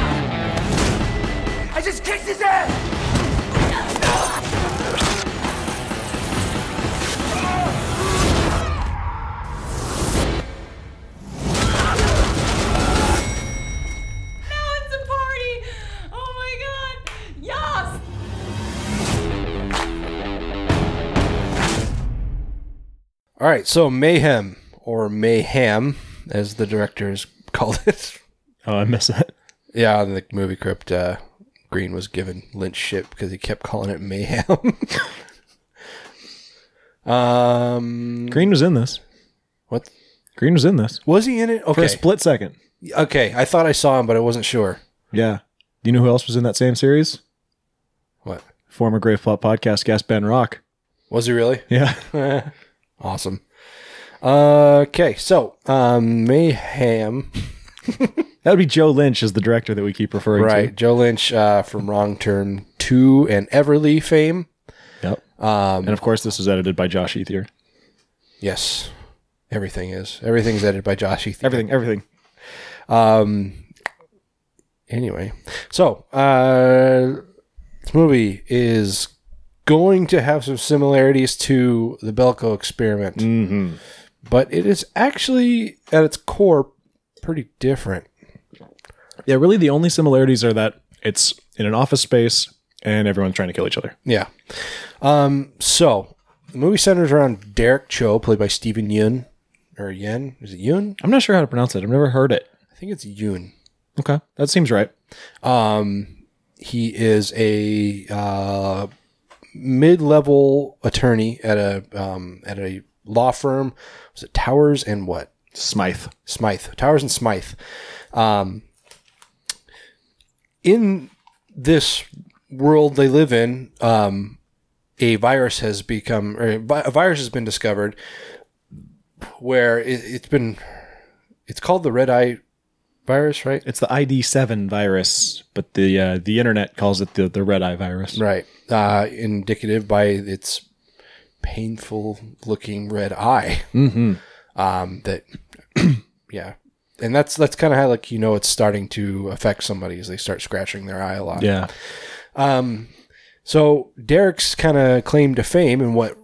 S8: No, it's a party! Oh my god! Yes!
S2: All right. So, Mayhem or Mayhem, as the directors called it.
S3: Oh, I missed that.
S2: Yeah, in the movie crypt, uh, Green was given Lynch shit because he kept calling it Mayhem. um,
S3: Green was in this.
S2: what
S3: Green was in this.
S2: was he in it?
S3: For
S2: Okay,
S3: a split second.
S2: okay. I thought I saw him, but I wasn't sure.
S3: Yeah. Do you know who else was in that same series?
S2: What
S3: Former Grave Plot podcast guest Ben Rock.
S2: was he really?
S3: Yeah.
S2: Awesome. Uh, Okay, so um, Mayhem,
S3: That would be Joe Lynch as the director that we keep referring
S2: right? Joe Lynch uh, from Wrong Turn Two and Everly fame.
S3: to. Yep. Um, and of course, this was edited by Josh Ethier.
S2: Yes, everything is everything's edited by Josh. Ethan.
S3: Everything, everything.
S2: anyway so uh this movie is going to have some similarities to the belko experiment but it is actually at its core pretty different
S3: Yeah, really the only similarities are that it's in an office space and everyone's trying to kill each other.
S2: yeah um so the movie centers around derek cho played by stephen yun or yen is it yun
S3: I'm not sure how to pronounce it. I've never heard it.
S2: i think it's yun
S3: Okay. That seems right.
S2: he is a uh, mid-level attorney at a um, at a law firm was it towers and what
S3: Smythe.
S2: Smythe, Towers and Smythe. Um, in this world they live in, um, a virus has become, or a vi- a virus has been discovered where it, it's been, it's called the red eye virus, right?
S3: It's the ID7 virus, but the uh, the internet calls it the, the red eye virus.
S2: Right. Uh, indicative by its painful looking red eye.
S3: Mm-hmm.
S2: Um, that, yeah. And that's that's kind of how like you know it's starting to affect somebody as they start scratching their eye a lot.
S3: Yeah.
S2: Um, so Derek's kind of claim to fame and what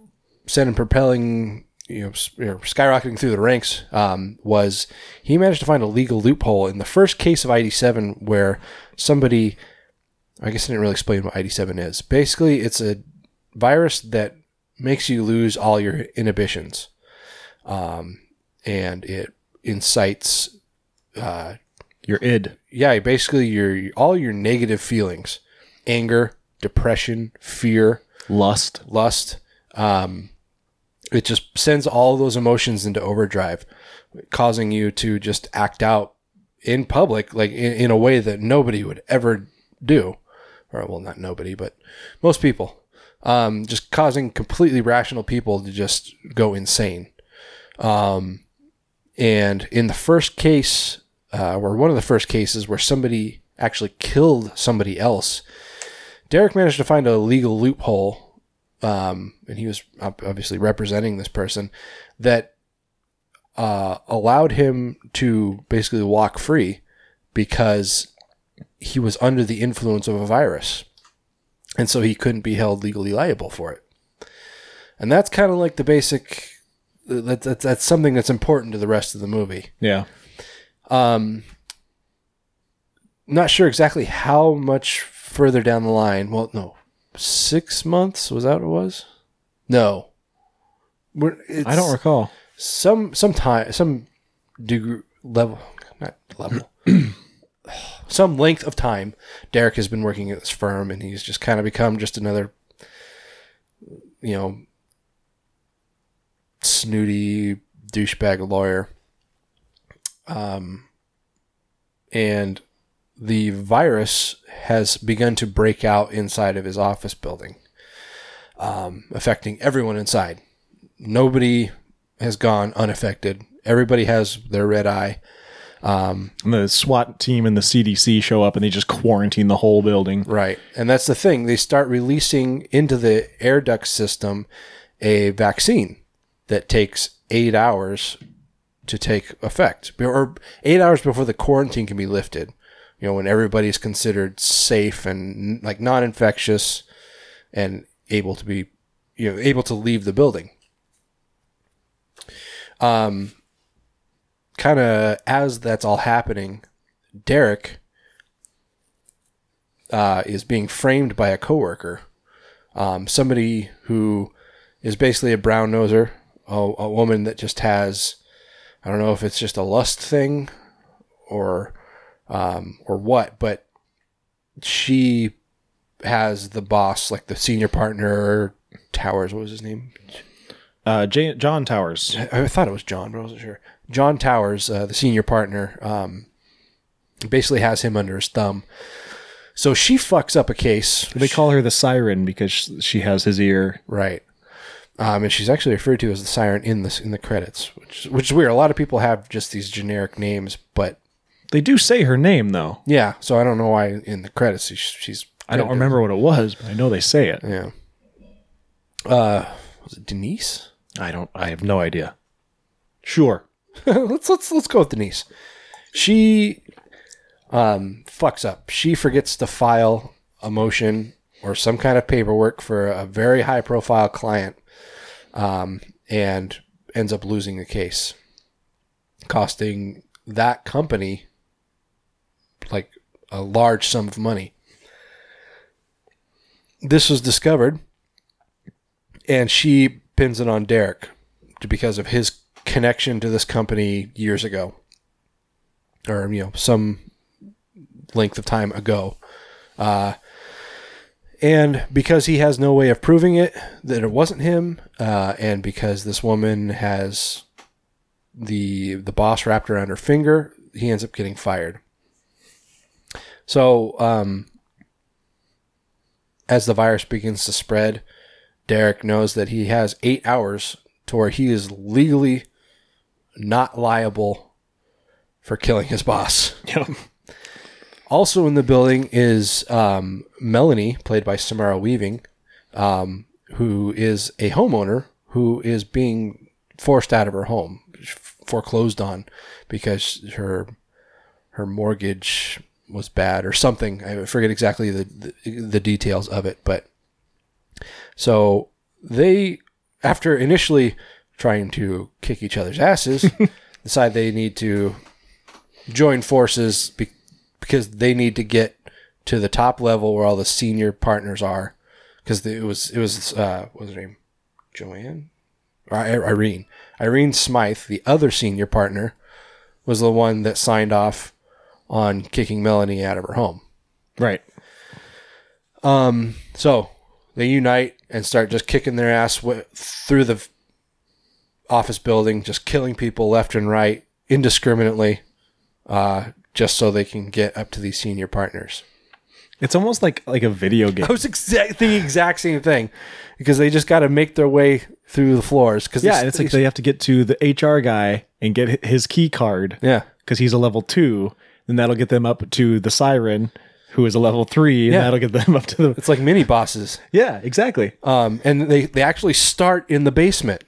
S2: sent him propelling, you know, s- you know, skyrocketing through the ranks um, was he managed to find a legal loophole in the first case of ID7 where somebody, I guess I didn't really explain what ID7 is. Basically, it's a virus that makes you lose all your inhibitions, um, and it incites. Uh,
S3: Your id.
S2: yeah, basically your all your negative feelings, anger, depression, fear,
S3: Lust.
S2: lust. Um, it just sends all those emotions into overdrive, causing you to just act out in public, like in, in a way that nobody would ever do, or well, not nobody, but most people. Um, just causing completely rational people to just go insane. Um, and in the first case, uh, or one of the first cases where somebody actually killed somebody else, Derek managed to find a legal loophole um, and he was ob- obviously representing this person that uh, allowed him to basically walk free because he was under the influence of a virus, and so he couldn't be held legally liable for it. And that's kind of like the basic. That, that, that's something that's important to the rest of the movie.
S3: Yeah.
S2: Um, not sure exactly how much further down the line. Well, no, six months was that what it was? No, We're, it's
S3: I don't recall.
S2: some some time some degree level not level some length of time. Derek has been working at this firm, and he's just kind of become just another, you know, snooty douchebag lawyer. Um, and the virus has begun to break out inside of his office building, um, affecting everyone inside. Nobody has gone unaffected. Everybody has their red eye.
S3: And the SWAT team and the CDC show up and they just quarantine the whole building.
S2: Right. And that's the thing. They start releasing into the air duct system a vaccine that takes eight hours to take effect, or eight hours before the quarantine can be lifted. You know, when everybody's considered safe and like non infectious and able to be, you know, able to leave the building. Um, kind of as that's all happening, Derek uh, is being framed by a coworker, um, somebody who is basically a brown noser, a, a woman that just has, I don't know if it's just a lust thing, or um, or what, but she has the boss, like the senior partner, Towers. What was his name?
S3: Uh, J- John Towers.
S2: I, I thought it was John, but I wasn't sure. John Towers, uh, the senior partner, um, basically has him under his thumb. So she fucks up a case.
S3: They call her the siren because she has his ear.
S2: Right. Um, and she's actually referred to as the siren in this in the credits, which which is weird. A lot of people have just these generic names, but
S3: They do say her name though.
S2: yeah. So I don't know why in the credits she's. she's
S3: I don't remember what it was, but I know they say it.
S2: Yeah. Uh, was it Denise?
S3: I don't. I have no idea. Sure.
S2: let's let's let's go with Denise. She um fucks up. She forgets to file a motion or some kind of paperwork for a very high profile client um and ends up losing the case costing that company like a large sum of money. This was discovered and she pins it on Derek because of his connection to this company years ago, or you know, some length of time ago, uh, and because he has no way of proving it that it wasn't him, uh, and because this woman has the the boss wrapped around her finger, he ends up getting fired. So, um, as the virus begins to spread, Derek knows that he has eight hours to where he is legally not liable for killing his boss.
S3: Yep.
S2: Also in the building is um, Melanie, played by Samara Weaving, um, who is a homeowner who is being forced out of her home, foreclosed on, because her her mortgage was bad or something. I forget exactly the the, the details of it, but so they, after initially trying to kick each other's asses, decide they need to join forces be- because they need to get to the top level where all the senior partners are. Because it was it was uh, what was her name, Joanne, or I- Irene, Irene Smythe, the other senior partner, was the one that signed off on kicking Melanie out of her home.
S3: Right.
S2: Um, so they unite and start just kicking their ass w- through the f- office building, just killing people left and right indiscriminately, uh, just so they can get up to these senior partners.
S3: It's almost like like a video game.
S2: It was exact the exact same thing because they just got to make their way through the floors. Because
S3: Yeah, and it's like they have to get to the HR guy and get hi- his key card
S2: yeah,
S3: because he's a level two, and that'll get them up to the siren, who is a level three, and
S2: Yeah.
S3: that'll get them up to the. Uh,
S2: it's like mini bosses.
S3: Yeah, exactly.
S2: Um, and they they actually start in the basement.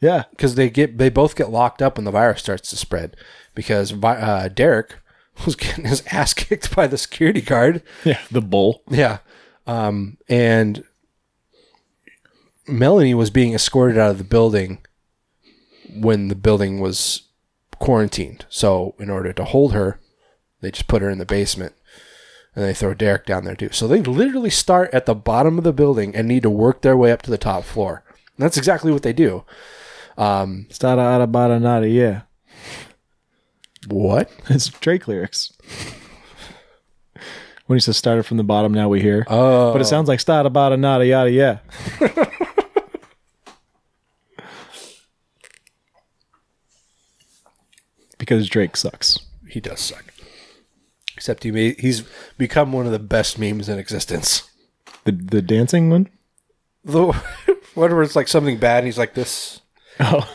S3: Yeah,
S2: because they get they both get locked up when the virus starts to spread because vi- uh, Derek was getting his ass kicked by the security guard.
S3: yeah, the bull.
S2: Yeah, um, and Melanie was being escorted out of the building when the building was quarantined. So in order to hold her, they just put her in the basement. And they throw Derek down there too. So they literally start at the bottom of the building and need to work their way up to the top floor. And that's exactly what they do.
S3: Stada ada bada nada. Yeah,
S2: What?
S3: it's Drake lyrics. When he says started from the bottom, now we hear.
S2: Oh.
S3: But it sounds like stada bada nada yada yeah. because Drake sucks.
S2: he does suck. Except he may, he's become one of the best memes in existence.
S3: The the dancing one?
S2: The one where it's like something bad, and he's like this.
S3: Oh.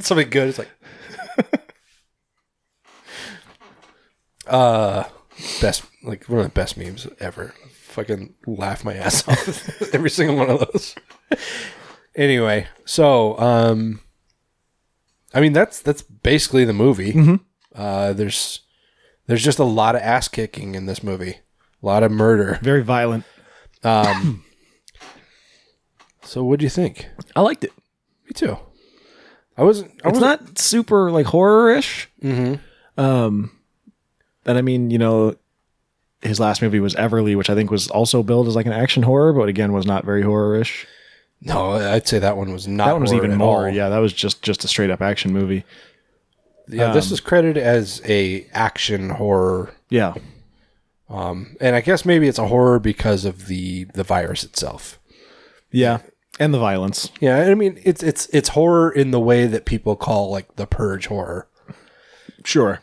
S2: something good, it's like. uh, best like one of the best memes ever. Fucking laugh my ass off every single one of those. anyway, so um, I mean that's that's basically the movie.
S3: Mm-hmm.
S2: Uh, there's there's just a lot of ass kicking in this movie, a lot of murder.
S3: Very violent.
S2: So what do you think?
S3: I liked it.
S2: Me too. I wasn't. I
S3: It's
S2: wasn't,
S3: not super like horror-ish. Mm-hmm. Um and I mean, you know, his last movie was Everly, which I think was also billed as like an action horror, but again was not very horror-ish.
S2: No, I'd say that one was not.
S3: That one was
S2: horror
S3: even
S2: at
S3: more.
S2: all.
S3: Yeah, that was just just a straight up action movie.
S2: Yeah, Uh, this is credited as a action horror,
S3: Yeah.
S2: and I guess maybe it's a horror because of the the virus itself.
S3: Yeah. And the violence.
S2: Yeah, I mean it's it's it's horror in the way that people call like the purge horror.
S3: Sure.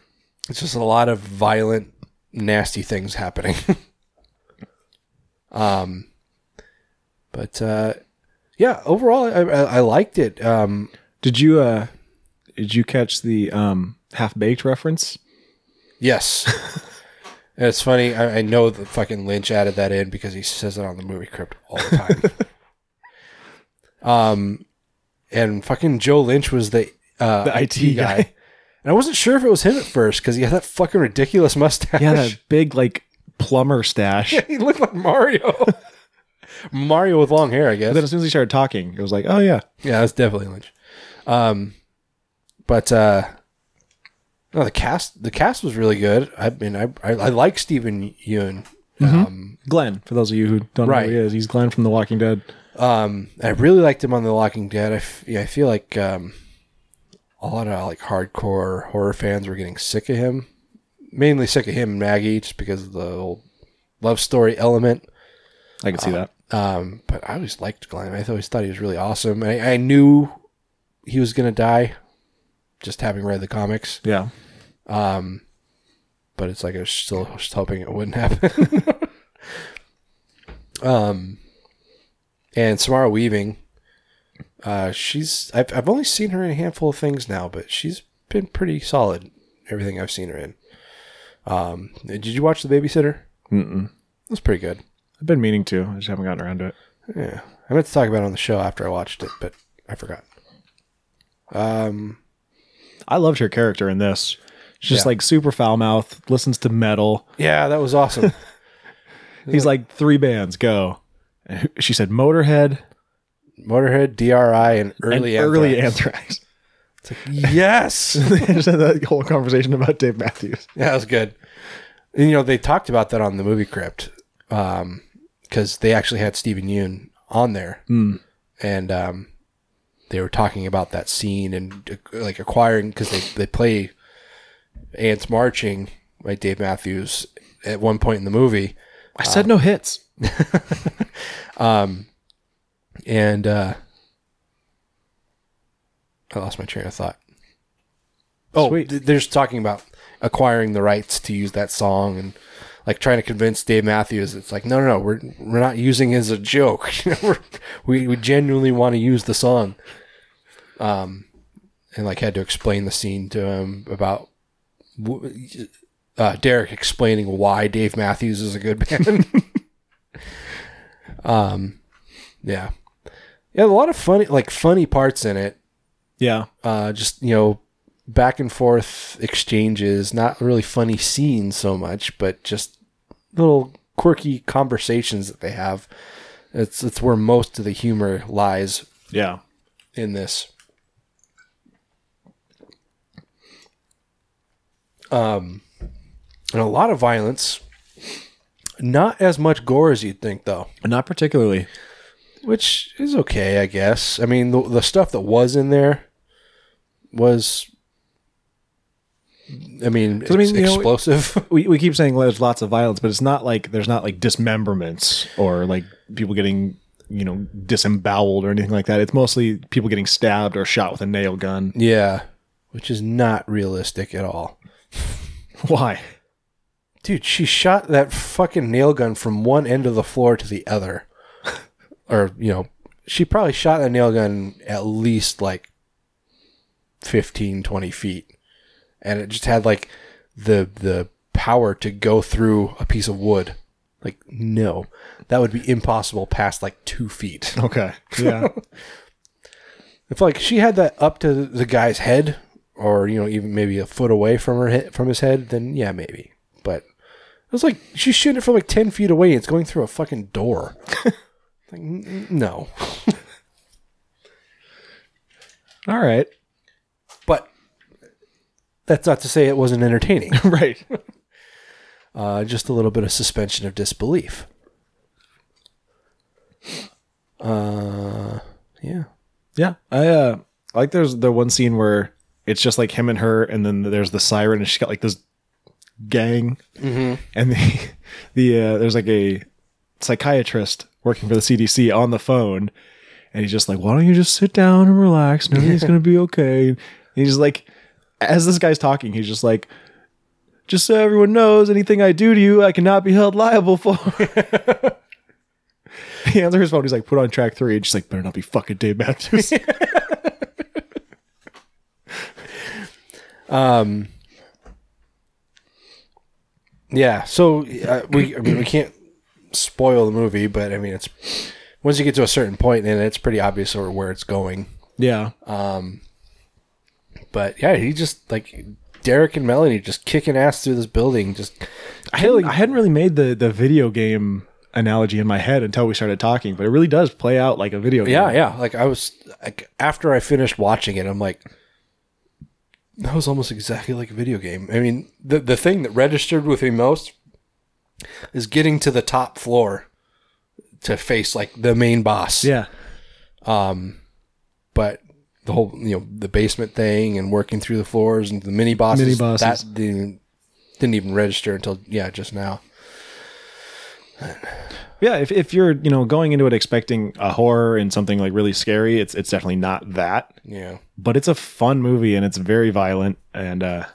S2: It's just a lot of violent, nasty things happening. um, but uh, yeah, overall, I, I, I liked it. Um,
S3: Did you uh did you catch the um half baked reference?
S2: Yes. And it's funny. I, I know that fucking Lynch added that in because he says it on the movie crypt all the time. um, and fucking Joe Lynch was the uh,
S3: The IT guy.
S2: and I wasn't sure if it was him at first because he had that fucking ridiculous mustache.
S3: Yeah, that big like plumber stash.
S2: he looked like Mario. Mario with long hair, I guess.
S3: But then as soon as he started talking, it was like, oh yeah,
S2: Yeah, that's definitely Lynch. Um, but uh, no, the cast the cast was really good. I mean, I I, I like Stephen Yeun. Um,
S3: Glenn. For those of you who don't know
S2: Right.
S3: who he is, he's Glenn from The Walking Dead.
S2: Um, I really liked him on The Walking Dead. I, f- yeah, I feel like um, a lot of like hardcore horror fans were getting sick of him, mainly sick of him and Maggie, just because of the old love story element.
S3: I can see that.
S2: Um, but I always liked Glenn. I always thought he was really awesome. I, I knew he was gonna die, just having read the comics.
S3: Yeah,
S2: But it's like I was still just hoping it wouldn't happen. um, and Samara Weaving, uh, she's I've I've only seen her in a handful of things now, but she's been pretty solid. Everything I've seen her in. Um, did you watch The Babysitter?
S3: Mm-mm.
S2: That's pretty good.
S3: I've been meaning to. I just haven't gotten around to it.
S2: Yeah, I meant to talk about it on the show after I watched it, but I forgot. Um,
S3: I loved her character in this. She's just
S2: Yeah.
S3: like super foul mouthed, listens to metal.
S2: yeah, that was awesome.
S3: He's like three bands, go. And She said Motorhead
S2: Motorhead, DRI, and early
S3: and
S2: Anthrax.
S3: early Anthrax.
S2: Yes,
S3: just had that whole conversation about Dave Matthews.
S2: Yeah, that was good. And, you know, they talked about that on the movie Crypt because they actually had Stephen Yoon on there, and um, they were talking about that scene and uh, like acquiring because they they play "Ants Marching" by Dave Matthews at one point in the movie,
S3: I said no hits.
S2: and uh, I lost my train of thought. Oh,
S3: Sweet.
S2: th- they're just talking about acquiring the rights to use that song and like trying to convince Dave Matthews. It's like, no, no, no, we're we're not using it as a joke. You know, we're, we we genuinely want to use the song. Um, and like had to explain the scene to him about w- uh, Derek explaining why Dave Matthews is a good band. um, yeah, yeah, a lot of funny like funny parts in it
S3: Yeah.
S2: uh, just you know back and forth exchanges not really funny scenes so much but just little quirky conversations that they have it's it's where most of the humor lies
S3: Yeah.
S2: in this um and a lot of violence not as much gore as you'd think though
S3: Not particularly.
S2: which is okay, I guess. I mean, the, the stuff that was in there was, I mean,
S3: I mean,
S2: ex-
S3: you know,
S2: explosive.
S3: We, we keep saying there's lots of violence, but it's not like there's not like dismemberments or like people getting, you know, disemboweled or anything like that. It's mostly people getting stabbed or shot with a nail gun.
S2: yeah, which is not realistic at all.
S3: Why?
S2: Dude, she shot that fucking nail gun from one end of the floor to the other. or, you know, she probably shot that nail gun at least like 15, 20 feet. And it just had like the the power to go through a piece of wood. Like, no. That would be impossible past like two feet.
S3: Okay. Yeah.
S2: It's like she had that up to the guy's head, or you know, even maybe a foot away from her he- from his head. Then yeah, maybe. But it was like she's shooting it from like ten feet away. and It's going through a fucking door. like n- n- no,
S3: All right.
S2: but that's not to say it wasn't entertaining.
S3: Right.
S2: Uh, just a little bit of suspension of disbelief. Uh, yeah.
S3: Yeah. I uh I like there's the one scene where it's just like him and her and then there's the siren and she's got like this gang and the the uh there's like a psychiatrist working for the CDC on the phone and he's just like why don't you just sit down and relax everything's going to be okay and he's like as this guy's talking he's just like just so everyone knows anything I do to you I cannot be held liable for he answers his phone he's like put on track 3 and she's like better not be fucking Dave Matthews
S2: Yeah, so uh, we I mean we can't spoil the movie, but I mean it's once you get to a certain point, then it's pretty obvious or where it's going.
S3: yeah
S2: But yeah, he just like Derek and Melanie just kicking ass through this building, just killing.
S3: I hadn't really made the the video game analogy in my head until we started talking, but it really does play out like a video game.
S2: yeah, yeah. Like I was like after I finished watching it, I'm like, that was almost exactly like a video game. I mean, the the thing that registered with me most is getting to the top floor to face like the main boss.
S3: Yeah.
S2: but the whole you know the basement thing and working through the floors and the mini bosses,
S3: Mini bosses.
S2: that didn't, didn't even register until yeah just now
S3: Yeah, if, if you're, you know, going into it expecting a horror and something like really scary, it's it's definitely not that.
S2: yeah
S3: But it's a fun movie and it's very violent and uh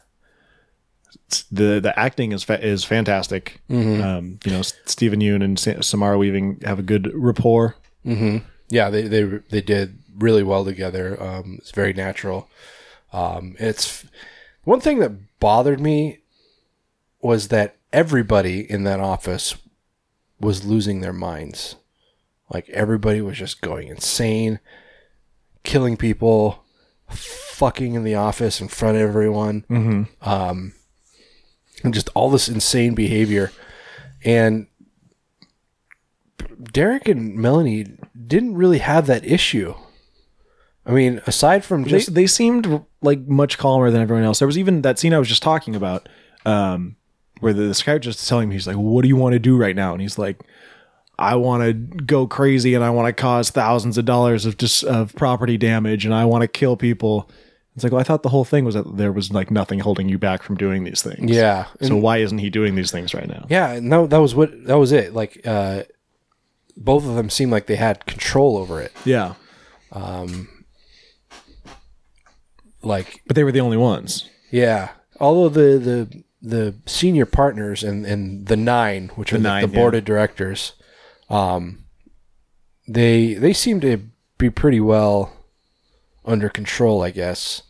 S3: it's- the the acting is fa- is fantastic. Um, you know, S- Stephen Yoon and Sa- Samara Weaving have a good rapport.
S2: yeah they they they did really well together um it's very natural um it's one thing that bothered me was that everybody in that office was losing their minds. Like everybody was just going insane, killing people, fucking in the office in front of everyone,
S3: Mhm.
S2: um, and just all this insane behavior. And Derek and Melanie didn't really have that issue. I mean, aside from
S3: they,
S2: just
S3: they seemed like much calmer than everyone else. There was even that scene I was just talking about, um, where the, this guy just telling me he's like, "What do you want to do right now?" And he's like, "I want to go crazy and I want to cause thousands of dollars of just of property damage and I want to kill people." It's like, well, I thought the whole thing was that there was like nothing holding you back from doing these things.
S2: Yeah.
S3: So why isn't he doing these things right now?
S2: Yeah, and that, that was what that was it. Like uh both of them seemed like they had control over it.
S3: Yeah.
S2: Um like
S3: But they were the only ones.
S2: yeah. Although the the the senior partners and and the nine, which
S3: The
S2: are the-
S3: nine,
S2: the,
S3: yeah.
S2: board of directors, um they they seem to be pretty well under control, I guess.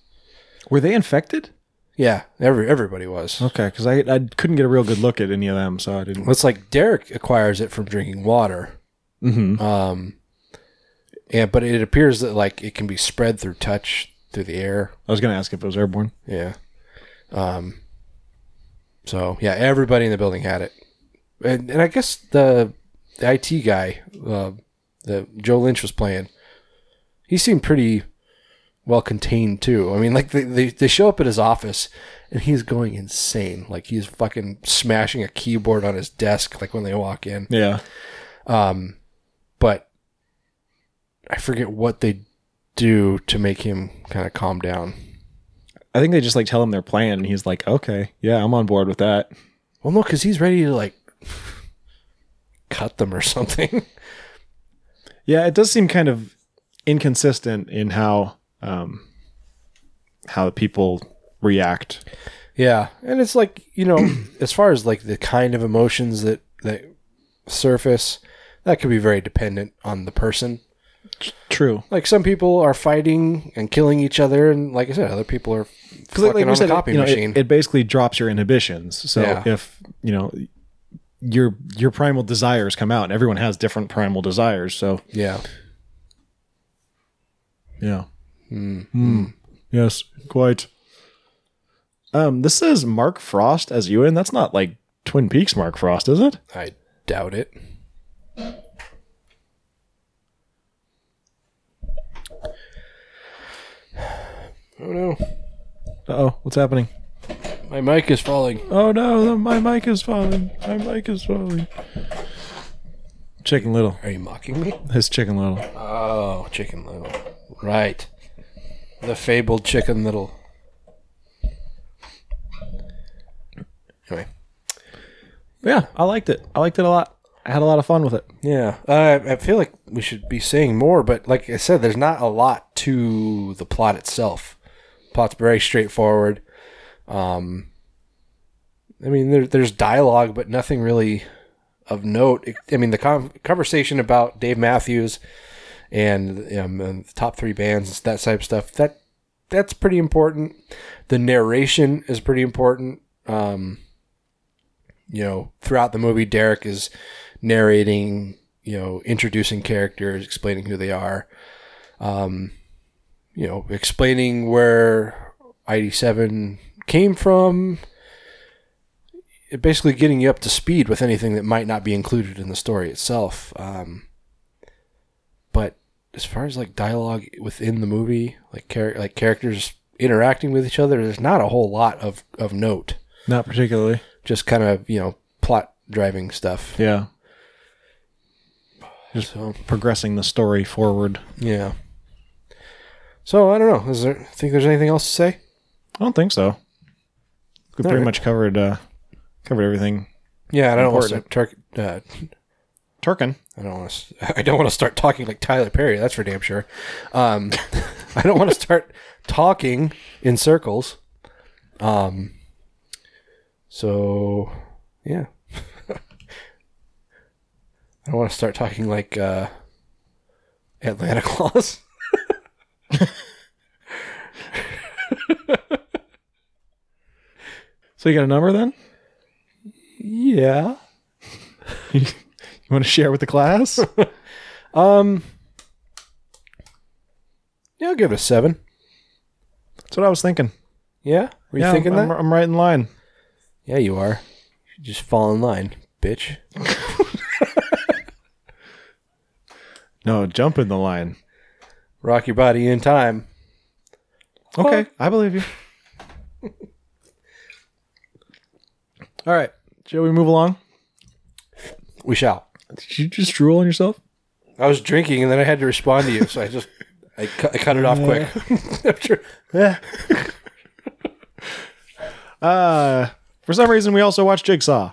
S3: Were they infected?
S2: Yeah, every everybody was.
S3: Okay, because I I couldn't get a real good look at any of them, so I didn't.
S2: Well, It's like Derek acquires it from drinking water.
S3: Mhm.
S2: Um, yeah, but it appears that like it can be spread through touch, through the air.
S3: I was gonna ask if it was airborne.
S2: Yeah. Um. So yeah, everybody in the building had it, and and I guess the the IT guy, uh, that Joe Lynch was playing, he seemed pretty well contained too. I mean, like they, they they show up at his office, and he's going insane. Like he's fucking smashing a keyboard on his desk. Like when they walk in,
S3: Yeah.
S2: um, but I forget what they do to make him kind of calm down.
S3: I think they just like tell him their plan, and he's like, "Okay, yeah, I'm on board with that."
S2: Well, no, because he's ready to like cut them or something.
S3: Yeah, it does seem kind of inconsistent in how um, how people react.
S2: yeah, and it's like you know, as far as like the kind of emotions that that surface, that could be very dependent on the person.
S3: True,
S2: Like some people are fighting and killing each other, and like I said, other people are fucking
S3: because like,
S2: on
S3: you said,
S2: a copy
S3: you know, it-
S2: machine.
S3: It, basically drops your inhibitions. So
S2: Yeah.
S3: if you know your your primal desires come out, and everyone has different primal desires. So
S2: yeah,
S3: Yeah. Hmm. Yes, quite. Um, this says Mark Frost as Ewan. That's not like Twin Peaks Mark Frost, is it?
S2: I doubt it. Oh no,
S3: Oh, what's happening?
S2: my mic is falling.
S3: Oh no, the, my mic is falling. My mic is falling. Chicken Little.
S2: Are you mocking me?
S3: It's Chicken Little.
S2: Oh, Chicken Little. Right. The fabled Chicken Little. Anyway.
S3: Yeah, I liked it. I liked it a lot. I had a lot of fun with it.
S2: Yeah. Uh, I feel like we should be saying more, but like I said, there's not a lot to the plot itself. Plot's very straightforward. Um, I mean, there, there's dialogue, but nothing really of note. I mean, the con conversation about Dave Matthews and um, and the top three bands, that type of stuff, that that's pretty important. The narration is pretty important. Um, you know, throughout the movie, Derek is narrating, you know, introducing characters, explaining who they are, um, you know, explaining where ID7 came from, basically getting you up to speed with anything that might not be included in the story itself. Um, but as far as like dialogue within the movie, like char- like characters interacting with each other, there's not a whole lot of, of note.
S3: Not particularly.
S2: Just kind of, you know, plot driving stuff.
S3: Yeah.
S2: So
S3: Progressing the story forward.
S2: Yeah. So I don't know. Is there think there's anything else to say?
S3: I don't think so. We
S2: All
S3: pretty
S2: right.
S3: much covered uh covered everything.
S2: Yeah, I don't want to start. Uh,
S3: Turkin.
S2: I don't want to. I don't want to start talking like Tyler Perry. That's for damn sure. Um, I don't want to start talking in circles. Um. So, yeah. I don't want to start talking like uh, Atlanta Claus.
S3: So you got a number then?
S2: Yeah.
S3: you want to share with the class?
S2: um, yeah, I'll give it a seven.
S3: That's what I was thinking.
S2: Yeah, were you
S3: Yeah,
S2: thinking
S3: I'm,
S2: that?
S3: I'm right in line.
S2: Yeah, you are. You just fall in line, bitch.
S3: No, jump in the line.
S2: Rock your body in time.
S3: Okay,
S2: Oh.
S3: I believe you. All right, shall we move along?
S2: We shall.
S3: Did you just drool on yourself?
S2: I was drinking and then I had to respond to you, so I just I, cu- I cut it off quick. After-
S3: Yeah. uh, for some reason, we also watched Jigsaw.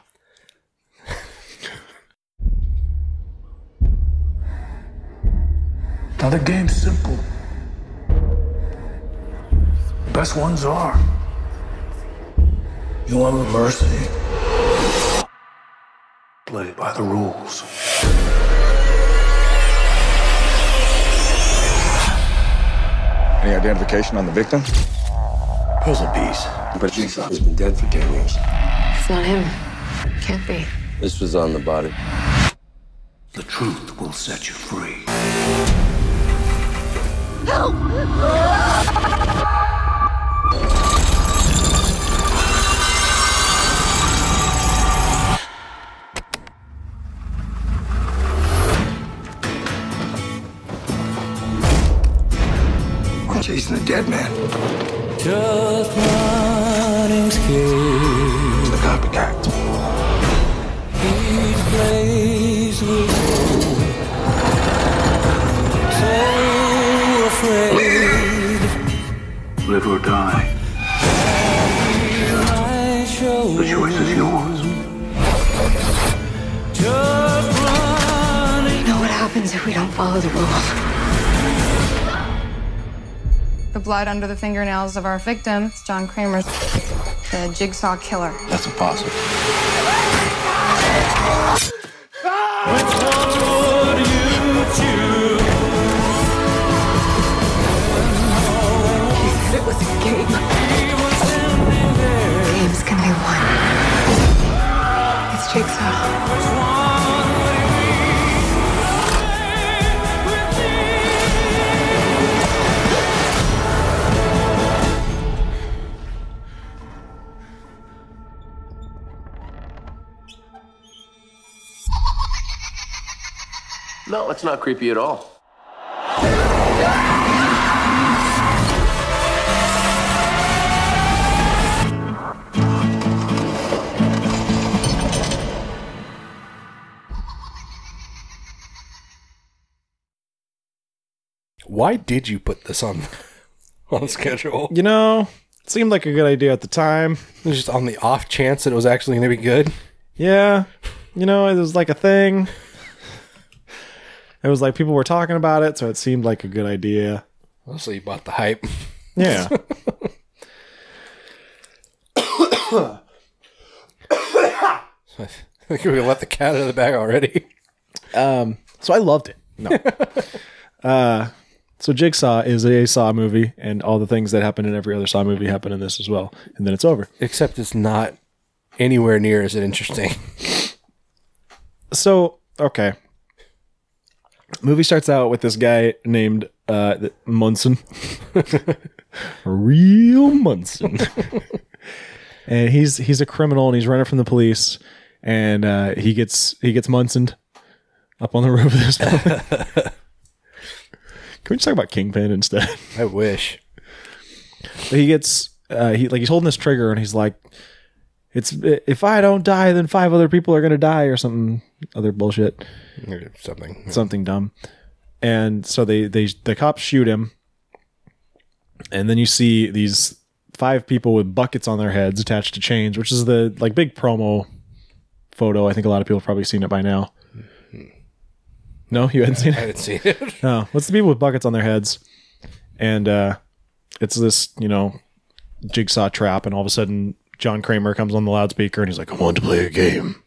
S11: Now the game's simple. Best ones are. You want mercy? Play by the rules.
S12: Any identification on the victim?
S11: Puzzle piece.
S13: But Jigsaw has been dead for 10 years.
S14: It's not him. Can't be.
S13: This was on the body.
S11: The truth will set you free.
S4: Help!
S11: We're chasing a dead man.
S4: Just running scared.
S11: The copycat.
S4: Each place was so afraid.
S11: Live or die.
S4: I
S11: The choice is yours.
S4: Just running.
S14: You know what happens if we don't follow the rules?
S15: The blood under the fingernails of our victim is John Kramer, the jigsaw killer.
S13: That's impossible.
S4: It was a game.
S14: Games can be won. It's jigsaw.
S13: No, it's not creepy at all.
S2: Why did you put this on on schedule?
S3: You know, it seemed like a good idea at the time.
S2: It was just on the off chance that it was actually going to be good.
S3: Yeah, you know, it was like a thing. It was like people were talking about it, so it seemed like a good idea.
S2: So you bought the hype.
S3: Yeah.
S2: I think we let the cat out of the bag already.
S3: Um, so I loved it. No. uh, so Jigsaw is a Saw movie, and all the things that happen in every other Saw movie happen in this as well. And then it's over.
S2: Except it's not anywhere near as interesting.
S3: So okay, movie starts out with this guy named uh, th- Munson, real Munson, and he's he's a criminal and he's running from the police, and uh, he gets he gets Munsoned up on the roof of this. building. Can we just talk about Kingpin instead?
S2: I wish.
S3: But he gets uh, he like he's holding this trigger and he's like, "It's if I don't die, then five other people are gonna die or something other bullshit,
S2: something
S3: something dumb." And so they they the cops shoot him, and then you see these five people with buckets on their heads attached to chains, which is the like big promo photo. I think a lot of people have probably seen it by now. No, you hadn't seen it.
S2: I hadn't seen it.
S3: Oh, what's the people with buckets on their heads? And uh, it's this, you know, jigsaw trap, and all of a sudden John Kramer comes on the loudspeaker and he's like, I want to play a game.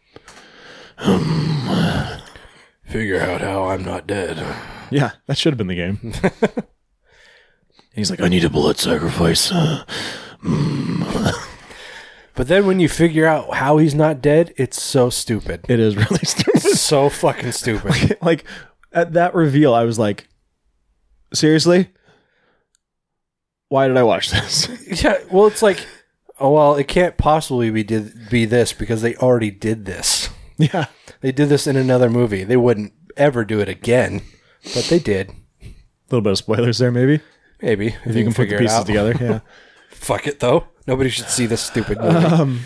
S2: Figure out how I'm not dead.
S3: Yeah, that should have been the game. and he's like, I need a blood sacrifice. Mm.
S2: But then when you figure out how he's not dead, it's so stupid.
S3: It is really stupid.
S2: so fucking stupid.
S3: like at that reveal, I was like, seriously? Why did I watch this?
S2: yeah. Well, it's like, oh well, it can't possibly be did, be this because they already did this.
S3: Yeah.
S2: They did this in another movie. They wouldn't ever do it again, but they did. A
S3: little bit of spoilers there, maybe.
S2: Maybe if,
S3: you can put
S2: figure
S3: the
S2: it
S3: pieces
S2: out.
S3: together, yeah.
S2: Fuck it though. Nobody should see this stupid movie.
S3: Um,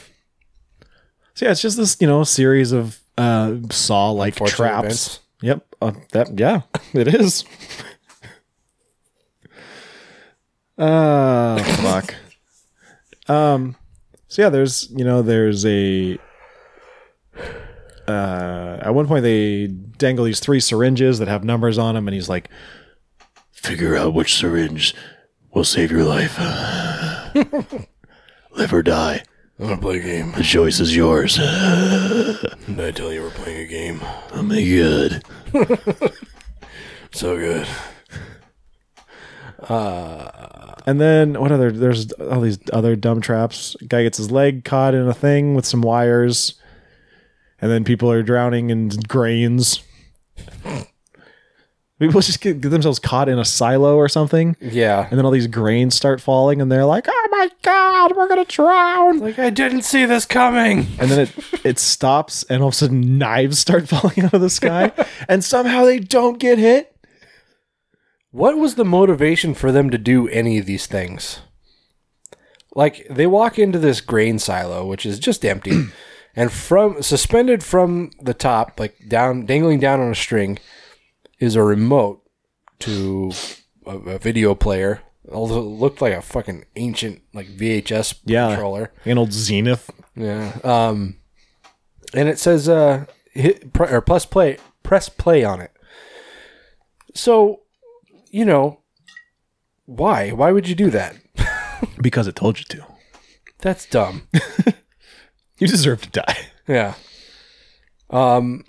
S3: so yeah, it's just this you know series of uh, saw like
S2: Unfortunate
S3: traps.
S2: events.
S3: Yep, uh, that yeah, it is. uh fuck. Um, so yeah, there's you know there's a. Uh, at one point they dangle these three syringes that have numbers on them, and he's like,
S11: Figure out which syringe will save your life. Live or die. I want to play a game. The choice is yours. Did I tell you we're playing a game? I'm good. so good.
S2: Uh,
S3: And then what other? There's all these other dumb traps. Guy gets his leg caught in a thing with some wires, and then people are drowning in grains. People just get, get themselves caught in a silo or something,
S2: yeah.
S3: and then all these grains start falling, and they're like, "Oh my god, we're gonna drown!"
S2: Like I didn't see this coming.
S3: And then it it stops, and all of a sudden knives start falling out of the sky, and somehow they don't get hit.
S2: What was the motivation for them to do any of these things? Like they walk into this grain silo, which is just empty, and from suspended from the top, like down dangling down on a string, is a remote to a, a video player. Although it looked like a fucking ancient like VHS
S3: Yeah,
S2: controller.
S3: an old Zenith.
S2: Yeah. Um, and it says uh, hit pr- or plus play, press play on it. So, you know, why? Why would you do that?
S3: because it told you to.
S2: That's dumb.
S3: You deserve to die.
S2: yeah. Um.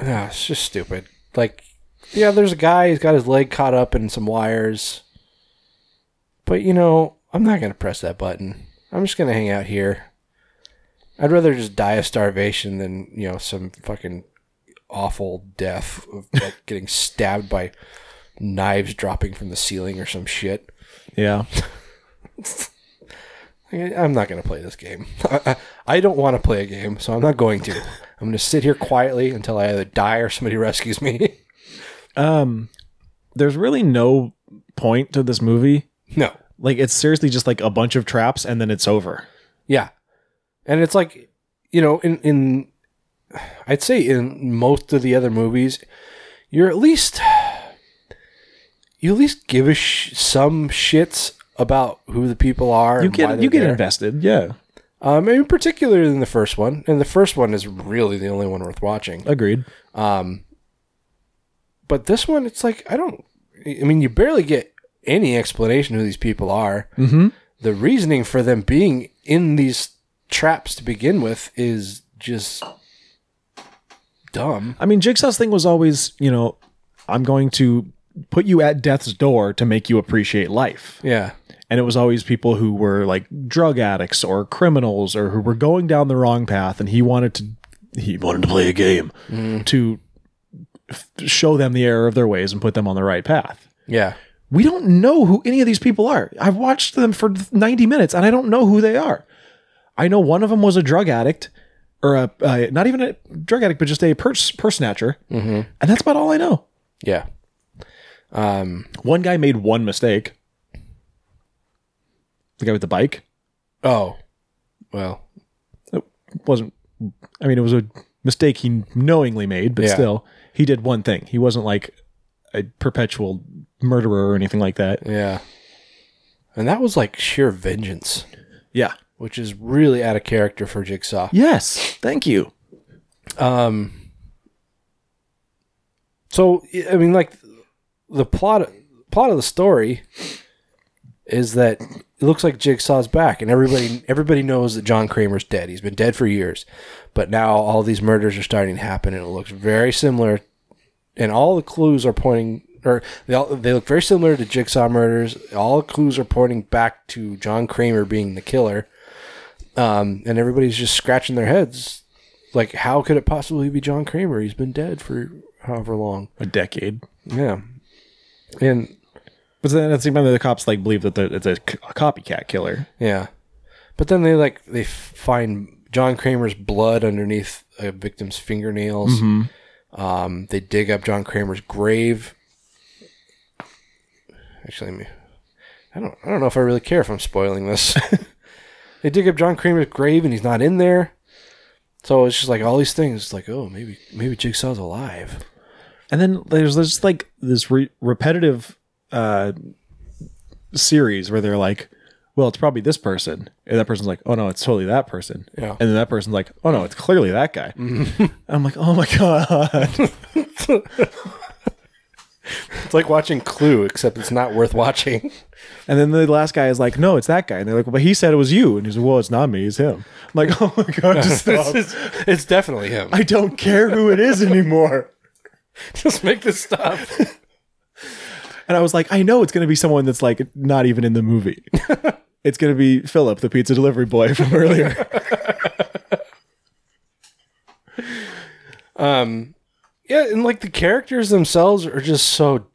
S2: Yeah, it's just stupid. Like, yeah, there's a guy. He's got his leg caught up in some wires. But you know, I'm not gonna press that button. I'm just gonna hang out here. I'd rather just die of starvation than you know some fucking awful death of like, getting stabbed by knives dropping from the ceiling or some shit.
S3: Yeah.
S2: I- I'm not going to play this game. I, I, I don't want to play a game, so I'm not going to. I'm going to sit here quietly until I either die or somebody rescues me.
S3: um there's really no point to this movie
S2: no
S3: like it's seriously just like a bunch of traps and then it's over
S2: yeah. And it's like, you know, in, in, I'd say in most of the other movies, you're at least, you at least give a sh- some shits about who the people are.
S3: you
S2: and why
S3: get
S2: they're
S3: you get
S2: there.
S3: invested yeah
S2: Um, in particular in the first one, and the first one is really the only one worth watching.
S3: agreed
S2: Um, but this one, it's like I don't. I mean, you barely get any explanation who these people are.
S3: mm-hmm
S2: The reasoning for them being in these traps to begin with is just dumb.
S3: i mean jigsaw's thing was always you know i'm going to put you at death's door to make you appreciate life
S2: Yeah,
S3: and it was always people who were like drug addicts or criminals or who were going down the wrong path and he wanted to he wanted to play a game
S2: Mm.
S3: to f- show them the error of their ways and put them on the right path
S2: yeah.
S3: we don't know who any of these people are. I've watched them for 90 minutes and I don't know who they are. I know one of them was a drug addict or a, uh, not even a drug addict, but just a purse, purse snatcher.
S2: Mm-hmm.
S3: And that's about all I know.
S2: Yeah. Um.
S3: One guy made one mistake. The guy with the bike
S2: Oh. Well.
S3: wasn't, I mean, it was a mistake he knowingly made, but
S2: Yeah.
S3: still, he did one thing. He wasn't like a perpetual murderer or anything like that.
S2: Yeah. And that was like sheer vengeance,
S3: Yeah.
S2: which is really out of character for Jigsaw.
S3: Yes. Thank you.
S2: Um. So I- I mean, like the plot plot of the story is that it looks like Jigsaw's back, and everybody everybody knows that John Kramer's dead. He's been dead for years, but now all these murders are starting to happen, and it looks very similar. And all the clues are pointing, or they all, they look very similar to Jigsaw murders. All the clues are pointing back to John Kramer being the killer. Um, and everybody's just scratching their heads. Like, how could it possibly be John Kramer? He's been dead for however long.
S3: A decade.
S2: Yeah. And
S3: but then at the same time, the cops like believe that the- it's a, c- a copycat killer.
S2: Yeah, but then they like they find John Kramer's blood underneath a victim's fingernails.
S3: Mhm.
S2: Um, they dig up John Kramer's grave. Actually, let me- I don't. I don't know if I really care if I'm spoiling this. they dig up John Kramer's grave and he's not in there. So it's just like all these things. Like, oh, maybe maybe Jigsaw's alive.
S3: And then there's this like this re- repetitive uh, series where they're like, well, it's probably this person. And that person's like, oh no, it's totally that person.
S2: Yeah.
S3: And then that person's like, oh no, it's clearly that guy. I'm like, oh my God.
S2: It's like watching Clue, except it's not worth watching.
S3: and then the last guy is like, no, it's that guy. And they're like, but he said it was you. And he's like, well, it's not me, it's him. I'm like, oh my God, just stop.
S2: it's, it's definitely him.
S3: I don't care who it is anymore.
S2: Just make this stop.
S3: And I was like, I know it's going to be someone that's like not even in the movie. it's going to be Philip, the pizza delivery boy from earlier.
S2: Um, yeah, and like the characters themselves are just so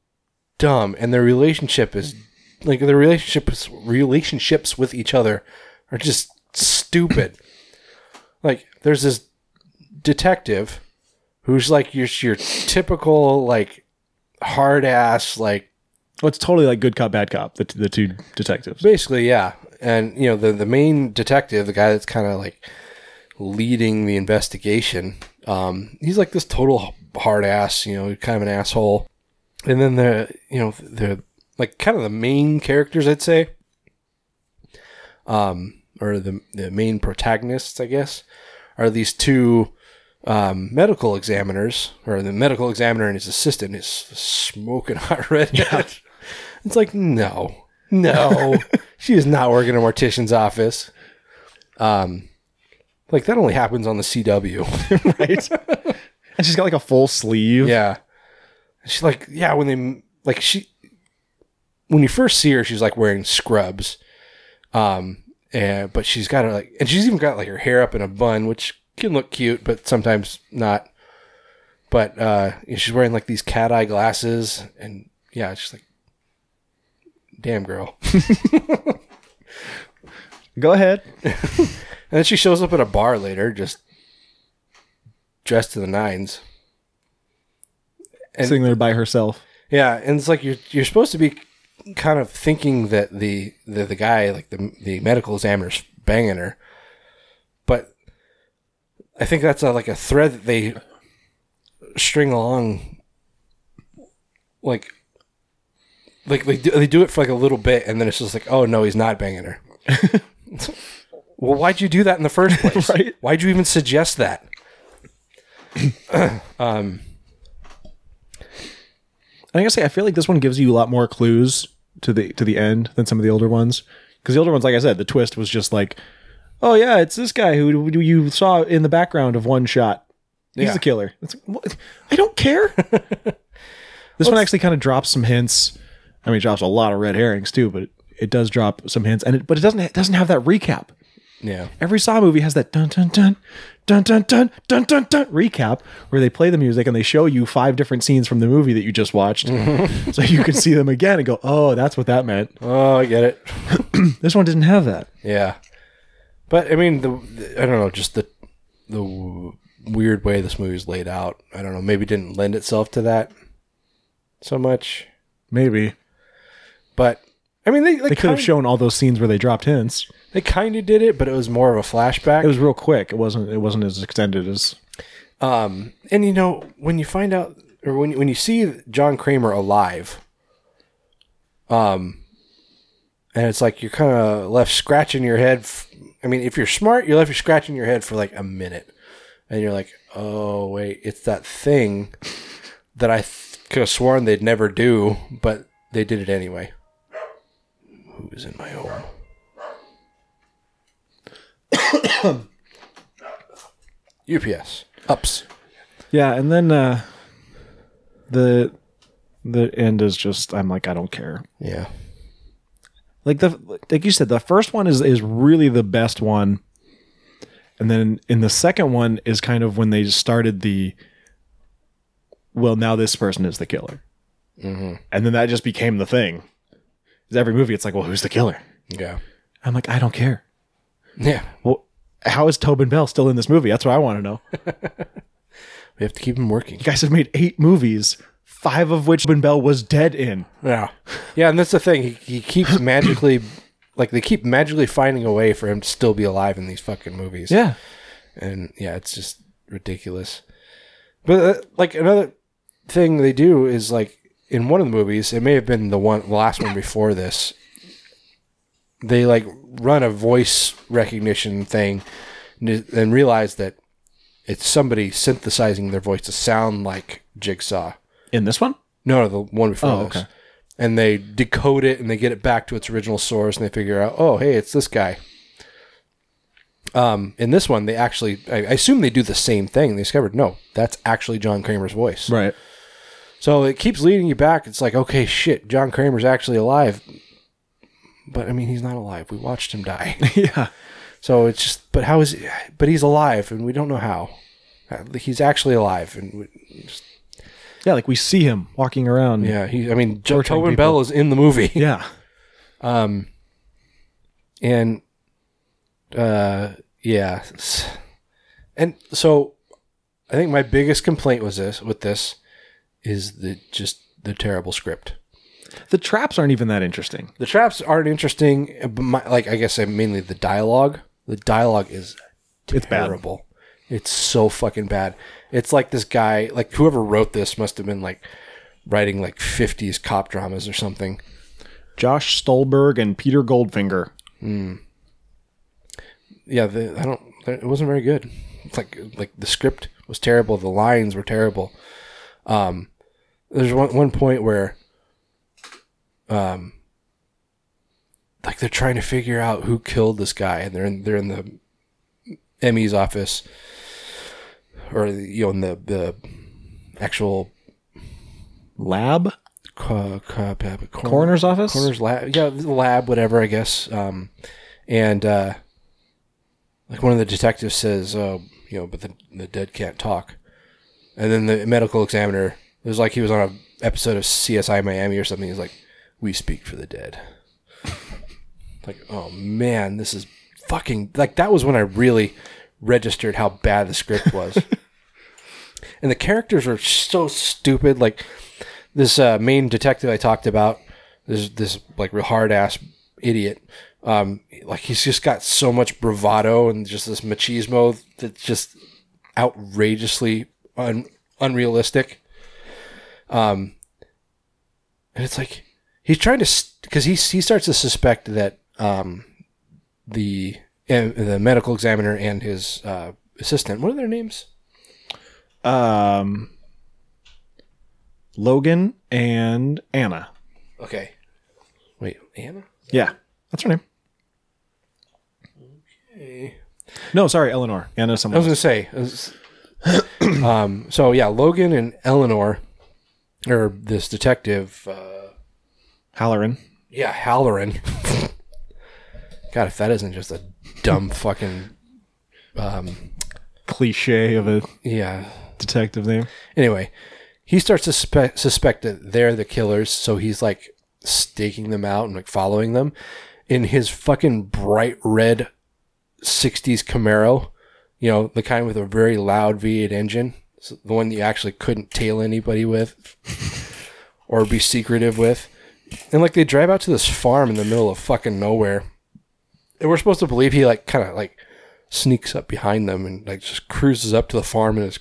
S2: dumb, and their relationship is like their relationships relationships with each other are just stupid. like there's this detective who's like your your typical like hard ass like
S3: well, it's totally like good cop, bad cop, the, the two detectives.
S2: Basically, yeah. And you know, the the main detective, the guy that's kind of like leading the investigation, um, he's like this total hard ass, you know, kind of an asshole. And then the you know the like kind of the main characters, I'd say, um, or the the main protagonists, I guess, are these two um, medical examiners, or the medical examiner and his assistant is smoking hot redhead. It's like no, no, she is not working in a mortician's office. Um, like that only happens on the CW,
S3: right? and she's got like a full sleeve.
S2: Yeah, she's like yeah when they like she when you first see her, she's like wearing scrubs. Um, and but she's got her like, and she's even got like her hair up in a bun, which can look cute, but sometimes not. But uh, you know, she's wearing like these cat eye glasses, and yeah, it's just like, damn girl.
S3: Go ahead.
S2: and then she shows up at a bar later, just dressed to the nines.
S3: sitting there by herself.
S2: Yeah, and it's like you're you're supposed to be kind of thinking that the the, the guy like the the medical examiner's banging her, but I think that's a, like a thread that they string along, like like they do, they do it for like a little bit, and then it's just like, oh no, he's not banging her. well, why'd you do that in the first place? right? Why'd you even suggest that? um.
S3: And I gotta say, I feel like this one gives you a lot more clues to the to the end than some of the older ones. Because the older ones, like I said, the twist was just like, oh yeah, it's this guy who who you saw in the background of one shot. He's
S2: Yeah.
S3: the killer. It's like, what? I don't care. this one actually kind of drops some hints. I mean, it drops a lot of red herrings too, but it, it does drop some hints. And it, but it doesn't it doesn't have that recap.
S2: Yeah.
S3: Every Saw movie has that dun dun dun dun dun dun dun dun dun recap where they play the music and they show you five different scenes from the movie that you just watched,
S2: Mhm.
S3: so you can see them again and go, "Oh, that's what that meant."
S2: Oh, I get it.
S3: this one didn't have that.
S2: Yeah, but I mean, the, the- I don't know, just the the w- weird way this movie's laid out. I don't know, maybe didn't lend itself to that so much.
S3: Maybe
S2: But I mean, they they,
S3: they could have
S2: kinda-
S3: shown all those scenes where they dropped hints.
S2: They kind of did it, but it was more of a flashback.
S3: It was real quick. It wasn't. It wasn't as extended as.
S2: Um, and you know, when you find out, or when when you see John Kramer alive, um, and it's like you're kind of left scratching your head. F- I mean, if you're smart, you're left scratching your head for like a minute, and you're like, "Oh wait, it's that thing that I th- could have sworn they'd never do, but they did it anyway." Who is in my home? UPS ups.
S3: Yeah, and then uh, the the end is just. I'm like, I don't care.
S2: Yeah.
S3: like the like you said the first one is is really the best one And then in the second one is kind of when they started the, well, now this person is the killer. And then that just became the thing. 'Cause Every movie, it's like, well, who's the killer?
S2: Yeah.
S3: I'm like, I don't care.
S2: Yeah.
S3: Well, how is Tobin Bell still in this movie? That's what I want to know.
S2: we have to keep him working.
S3: You guys have made eight movies, five of which Tobin Bell was dead in.
S2: Yeah. Yeah, and that's the thing. He, he keeps magically, like, they keep magically finding a way for him to still be alive in these fucking movies.
S3: Yeah.
S2: And yeah, it's just ridiculous. But, uh, like, another thing they do is, like, in one of the movies, it may have been the one, the last one before this, they, like, run a voice recognition thing and, and realize that it's somebody synthesizing their voice to sound like Jigsaw.
S3: In this one?
S2: No, no, the one before
S3: Oh,
S2: this.
S3: okay.
S2: And they decode it and they get it back to its original source and they figure out, oh, hey, it's this guy. Um, in this one, they actually, I, I assume they do the same thing. They discovered, no, that's actually John Kramer's voice.
S3: Right.
S2: So it keeps leading you back. It's like, okay, shit, John Kramer's actually alive. But I mean, he's not alive. We watched him die.
S3: yeah.
S2: So it's just, but how is he? But he's alive and we don't know how. Uh, He's actually alive and we, just
S3: Yeah, like we see him walking around.
S2: Yeah, he. I mean, Jo-
S3: torturing
S2: Tobin
S3: people.
S2: Bell is in the movie.
S3: Yeah.
S2: Um. And, uh, yeah, s- and so, I think my biggest complaint was this with this, is the just the terrible script.
S3: The traps aren't even that interesting.
S2: The traps aren't interesting, but my, like I guess I mainly the dialogue. The dialogue is
S3: It's bad.
S2: terrible. It's so fucking bad. It's like this guy, like whoever wrote this must have been like writing like 50s cop dramas or something.
S3: Josh Stolberg and Peter Goldfinger.
S2: yeah, the, I don't. It wasn't very good. It's like like the script was terrible. The lines were terrible. Um, there's one one point where, um, like they're trying to figure out who killed this guy, and they're in they're in the Emmy's office, or you know, in the the actual
S3: lab,
S2: co- co- co- cor-
S3: Coroner's office?
S2: Mm, coroner's lab, yeah, the lab, whatever, I guess. Um, and uh, like one of the detectives says, "Oh, you know, but the the dead can't talk." And then the medical examiner it was like he was on an episode of CSI Miami or something. He's like, "We speak for the dead." like, oh man, this is fucking like that was when I really registered how bad the script was. and the characters are so stupid. Like this uh, main detective I talked about, this this like hard ass idiot. Um, like he's just got so much bravado and just this machismo that's just outrageously un- unrealistic. Um, and it's like he's trying to because he he starts to suspect that um the eh, the medical examiner and his uh, assistant what are their names
S3: Um, Logan and Anna.
S2: okay wait Anna
S3: Yeah, that's her name. No, sorry, Eleanor. Anna.
S2: I
S3: Someone.
S2: was gonna say it was- um so yeah Logan and Eleanor or this detective uh,
S3: Halloran.
S2: yeah Halloran God if that isn't just a dumb fucking um
S3: Cliche of a
S2: yeah
S3: detective name.
S2: Anyway, he starts to suspe- suspect that they're the killers, so he's like staking them out and like following them in his fucking bright red 60s Camaro, you know, the kind with a very loud V8 engine, so the one that you actually couldn't tail anybody with or be secretive with. And like they drive out to this farm in the middle of fucking nowhere. And we're supposed to believe he like kind of like sneaks up behind them and like just cruises up to the farm in his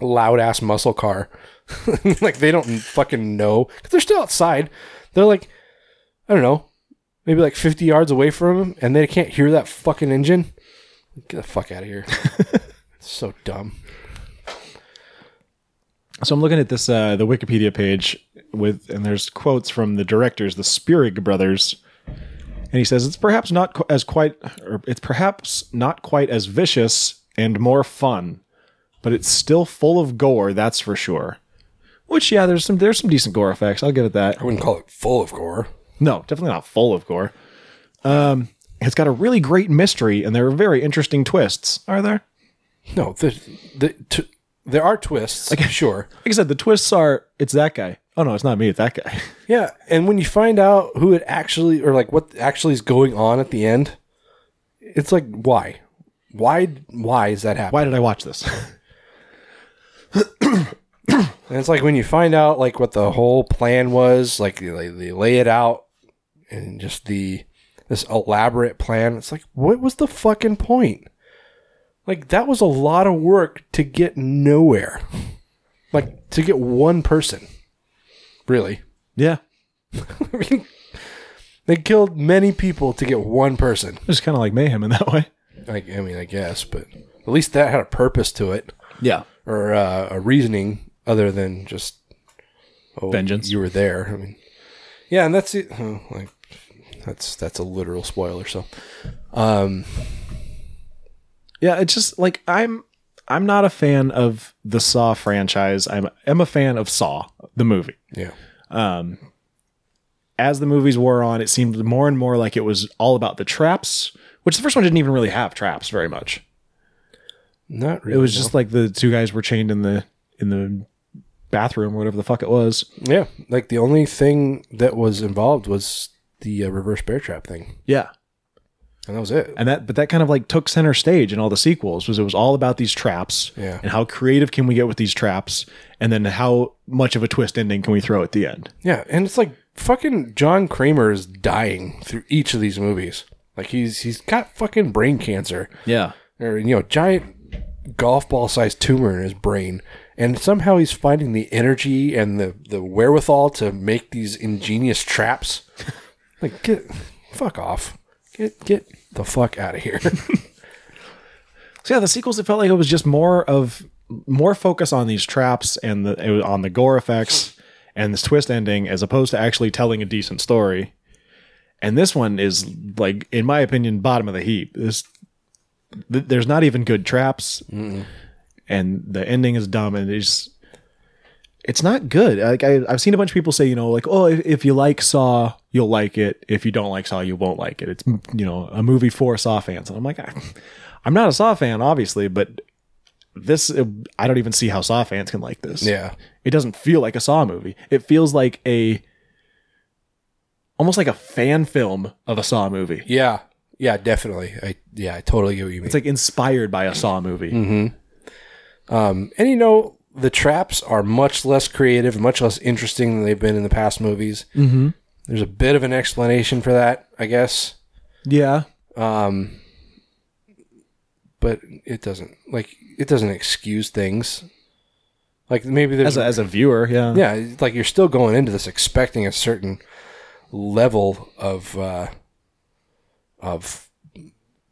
S2: loud ass muscle car. like they don't fucking know 'Cause they're still outside. They're like, I don't know, maybe like 50 yards away from him and they can't hear that fucking engine. Get the fuck out of here. so dumb.
S3: So I'm looking at this uh, the Wikipedia page with, and there's quotes from the directors, the Spirig brothers, and he says it's perhaps not qu- as quite, or it's perhaps not quite as vicious and more fun, but it's still full of gore. That's for sure. Which yeah, there's some there's some decent gore effects. I'll give it that.
S2: I wouldn't call it full of gore.
S3: No, definitely not full of gore. Um, It's got a really great mystery, and there are very interesting twists. Are there?
S2: No, the, the t- there are twists. Like, sure.
S3: Like I said, the twists are it's that guy. Oh no, it's not me. It's that guy.
S2: Yeah, and when you find out who it actually or like what actually is going on at the end, it's like why, why, why is that happening?
S3: Why did I watch this?
S2: And it's like when you find out like what the whole plan was, like they, they lay it out and just the this elaborate plan. It's like what was the fucking point? Like that was a lot of work to get nowhere. Like to get one person. Really?
S3: Yeah.
S2: I mean they killed many people to get one person.
S3: It's kind of like mayhem in that way.
S2: Like I mean, I guess, but at least that had a purpose to it.
S3: Yeah.
S2: Or uh, a reasoning other than just oh,
S3: Vengeance.
S2: You were there. I mean, yeah, and that's it. oh, like that's that's a literal spoiler. So, um,
S3: Yeah, it's just like I'm I'm not a fan of the Saw franchise. I'm am a fan of Saw the movie.
S2: Yeah.
S3: Um as the movies wore on, it seemed more and more like it was all about the traps, which the first one didn't even really have traps very much.
S2: Not
S3: It
S2: really,
S3: was
S2: no.
S3: just like the two guys were chained in the in the bathroom, whatever the fuck it was.
S2: yeah, like the only thing that was involved was the uh, reverse bear trap thing,
S3: Yeah.
S2: and that was it.
S3: And that but that kind of like took center stage in all the sequels was it was all about these traps
S2: Yeah.
S3: and how creative can we get with these traps and then how much of a twist ending can we throw at the end.
S2: Yeah, and it's like fucking John Kramer is dying through each of these movies. Like he's he's got fucking brain cancer.
S3: Yeah.
S2: Or you know, giant golf ball sized tumor in his brain. And somehow he's finding the energy and the, the wherewithal to make these ingenious traps. Like get fuck off. Get get the fuck out of here.
S3: So yeah, the sequels it felt like it was just more of more focus on these traps and the it was on the gore effects and this twist ending as opposed to actually telling a decent story. And this one is like, in my opinion, bottom of the heap. This th- there's not even good traps, and the ending is dumb and it's it's not good. Like I, I've seen a bunch of people say, you know, like oh, if, if you like Saw, you'll like it. If you don't like Saw, you won't like it. It's you know a movie for Saw fans, and I'm like, I, I'm not a Saw fan, obviously, but this I don't even see how Saw fans can like this.
S2: Yeah.
S3: it doesn't feel like a Saw movie. It feels like a almost like a fan film of a Saw movie.
S2: yeah. Yeah, definitely. I yeah, I totally get what you mean.
S3: It's like inspired by a Saw movie.
S2: Mm-hmm. Um, and you know, the traps are much less creative, much less interesting than they've been in the past movies.
S3: Mm-hmm.
S2: There's a bit of an explanation for that, I guess.
S3: Yeah.
S2: Um, but it doesn't like it doesn't excuse things. Like maybe there's
S3: As a, as a viewer, yeah.
S2: yeah, it's like you're still going into this expecting a certain level of uh, of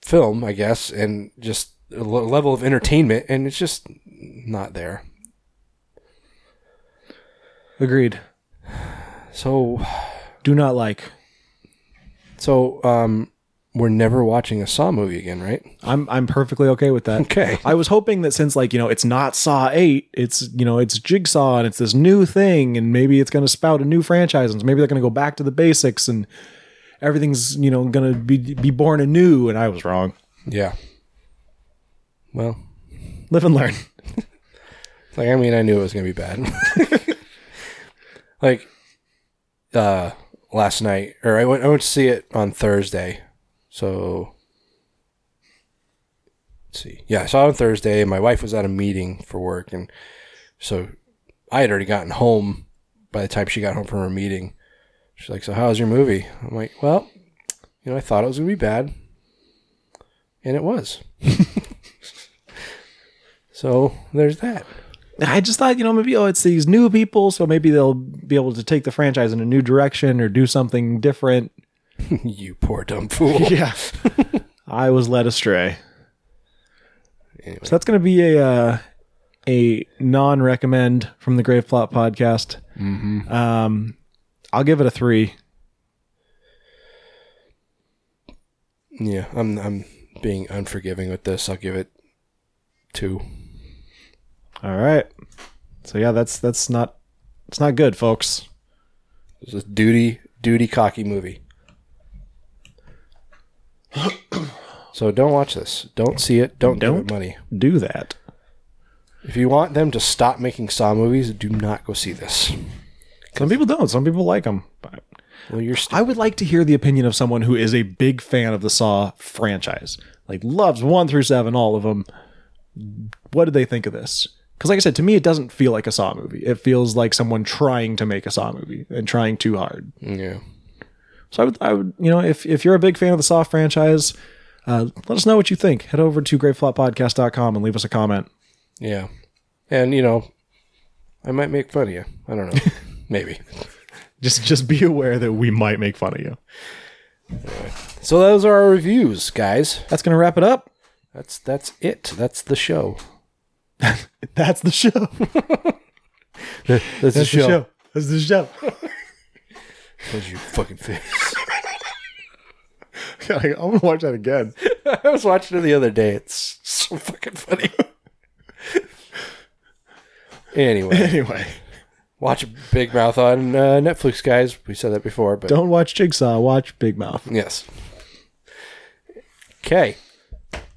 S2: film, I guess, and just a le- level of entertainment, and it's just not there.
S3: Agreed.
S2: So,
S3: do not like.
S2: So, um, we're never watching a Saw movie again, right?
S3: I'm I'm perfectly okay with that.
S2: Okay.
S3: I was hoping that since like, you know, it's not Saw 8, it's you know, it's Jigsaw and it's this new thing and maybe it's going to spout a new franchise and maybe they're going to go back to the basics and everything's, you know, going to be be born anew and I was wrong.
S2: Yeah. Well,
S3: Live and learn.
S2: Like, I mean, I knew it was going to be bad. like, uh, last night, or I went, I went to see it on Thursday. So, let's see. Yeah, I saw it on Thursday. and My wife was at a meeting for work. And so I had already gotten home by the time she got home from her meeting. She's like, So, how's your movie? I'm like, Well, you know, I thought it was going to be bad. And it was. so, there's that.
S3: I just thought, you know, maybe oh, it's these new people, so maybe they'll be able to take the franchise in a new direction or do something different.
S2: you poor dumb fool.
S3: yeah. I was led astray. So that's going to be a uh, a non recommend from the Grave Plot podcast.
S2: Mhm.
S3: Um, I'll give it a three.
S2: Yeah, I'm I'm being unforgiving with this. I'll give it two.
S3: All right. So yeah, that's that's not it's not good, folks.
S2: It's a duty duty cocky movie. So don't watch this. Don't see it. Don't don't give it money.
S3: Do that.
S2: If you want them to stop making Saw movies, do not go see this.
S3: Some people don't. Some people like them.
S2: Well, you're.
S3: I would like to hear the opinion of someone who is a big fan of the Saw franchise, like loves one through seven, all of them. What do they think of this? Because, like I said, to me, it doesn't feel like a Saw movie. It feels like someone trying to make a Saw movie and trying too hard.
S2: Yeah.
S3: So I would, I would, you know, if if you're a big fan of the Saw franchise, uh, let us know what you think. Head over to greatfloppodcast.com and leave us a comment.
S2: Yeah, and you know, I might make fun of you. I don't know. Maybe.
S3: Just just be aware that we might make fun of you.
S2: So those are our reviews, guys.
S3: That's gonna wrap it up.
S2: That's that's it. That's the show.
S3: That's the show.
S2: That's, the show.
S3: That's the show.
S2: That's your fucking face.
S3: God, I- I'm gonna watch that again.
S2: I was watching it the other day. It's so fucking funny. anyway,
S3: Anyway.
S2: watch Big Mouth on uh, Netflix, guys. We said that before, but
S3: Don't watch Jigsaw. Watch Big Mouth.
S2: Yes. Okay.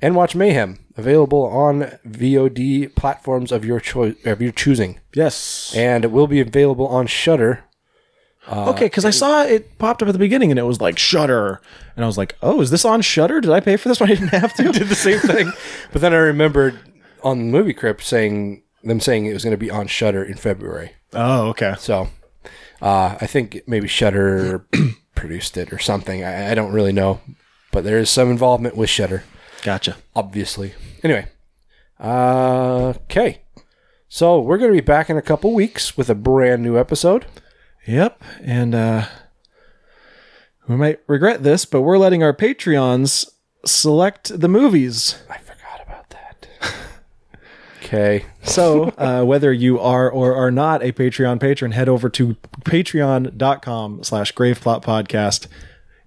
S2: And watch Mayhem, available on VOD platforms of your choice of your choosing.
S3: Yes. Uh,
S2: And it will be available on Shutter.
S3: okay, because I saw it popped up at the beginning and it was like Shutter, and I was like, "Oh, is this on Shutter? Did I pay for this one? I didn't have to."
S2: Did the same thing. But then I remembered on the movie crypt saying them saying it was going to be on Shutter in February.
S3: Oh, okay.
S2: So uh, I think maybe Shutter produced it or something. I, I don't really know, but there is some involvement with Shutter,
S3: Gotcha.
S2: obviously. Anyway, uh, okay. So we're going to be back in a couple weeks with a brand new episode.
S3: Yep, and uh, we might regret this, but we're letting our Patreons select the movies.
S2: Okay.
S3: So, uh, whether you are or are not a Patreon patron, head over to patreon.com slash graveplotpodcast.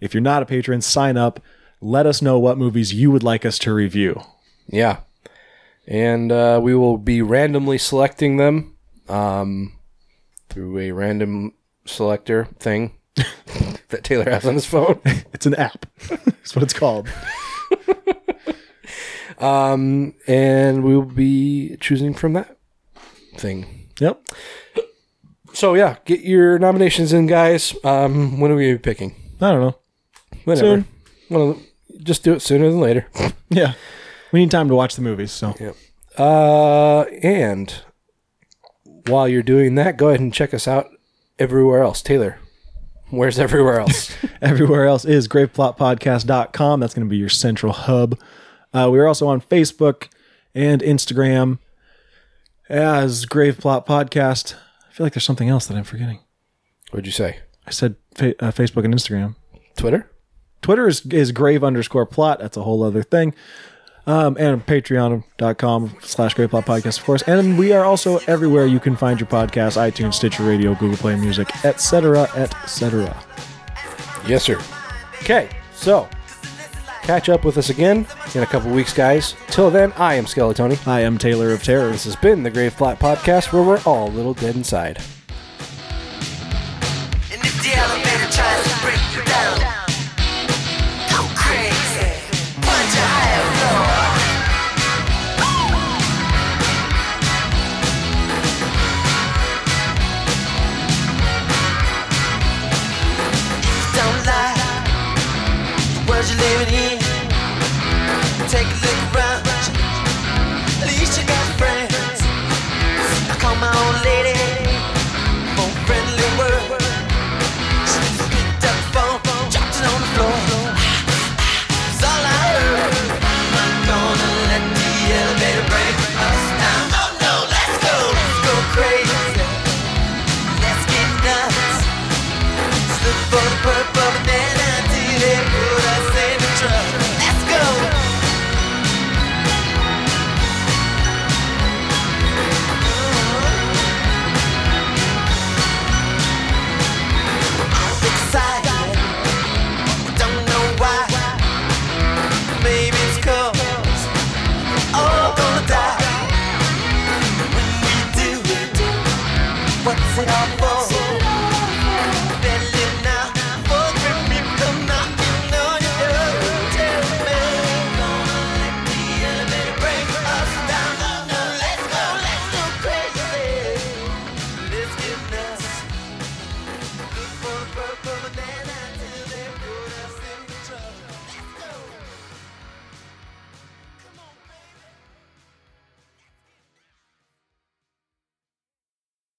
S3: If you're not a patron, sign up. Let us know what movies you would like us to review.
S2: Yeah. And uh, we will be randomly selecting them um, through a random selector thing that Taylor has on his phone.
S3: It's an app. That's what it's called.
S2: Um, and we'll be choosing from that thing.
S3: Yep.
S2: So, yeah, get your nominations in, guys. Um, when are we picking?
S3: I don't know.
S2: Whenever.
S3: Soon.
S2: One of the- just do it sooner than later.
S3: Yeah. We need time to watch the movies, so.
S2: Yep. Uh, and while you're doing that, go ahead and check us out everywhere else. Taylor, where's everywhere else?
S3: Everywhere else is graveplotpodcast.com. That's going to be your central hub. Uh, we are also on Facebook and Instagram as Graveplot Podcast. I feel like there's something else that I'm forgetting.
S2: What'd you say?
S3: I said fa- uh, Facebook and Instagram.
S2: Twitter?
S3: Twitter is, is grave underscore plot. That's a whole other thing. Um, and patreon.com slash graveplot podcast, of course. And we are also everywhere you can find your podcast iTunes, Stitcher Radio, Google Play Music, etc., etc.
S2: Yes, sir. Okay, so catch up with us again in a couple weeks, guys. Till then, I am Skeletoni.
S3: I am Taylor of Terror.
S2: This has been the Grave Plot Podcast, where we're all a little dead inside.
S16: And if the elevator tries to break you down, go crazy. Punch it high or low. If you don't like the words you're living in,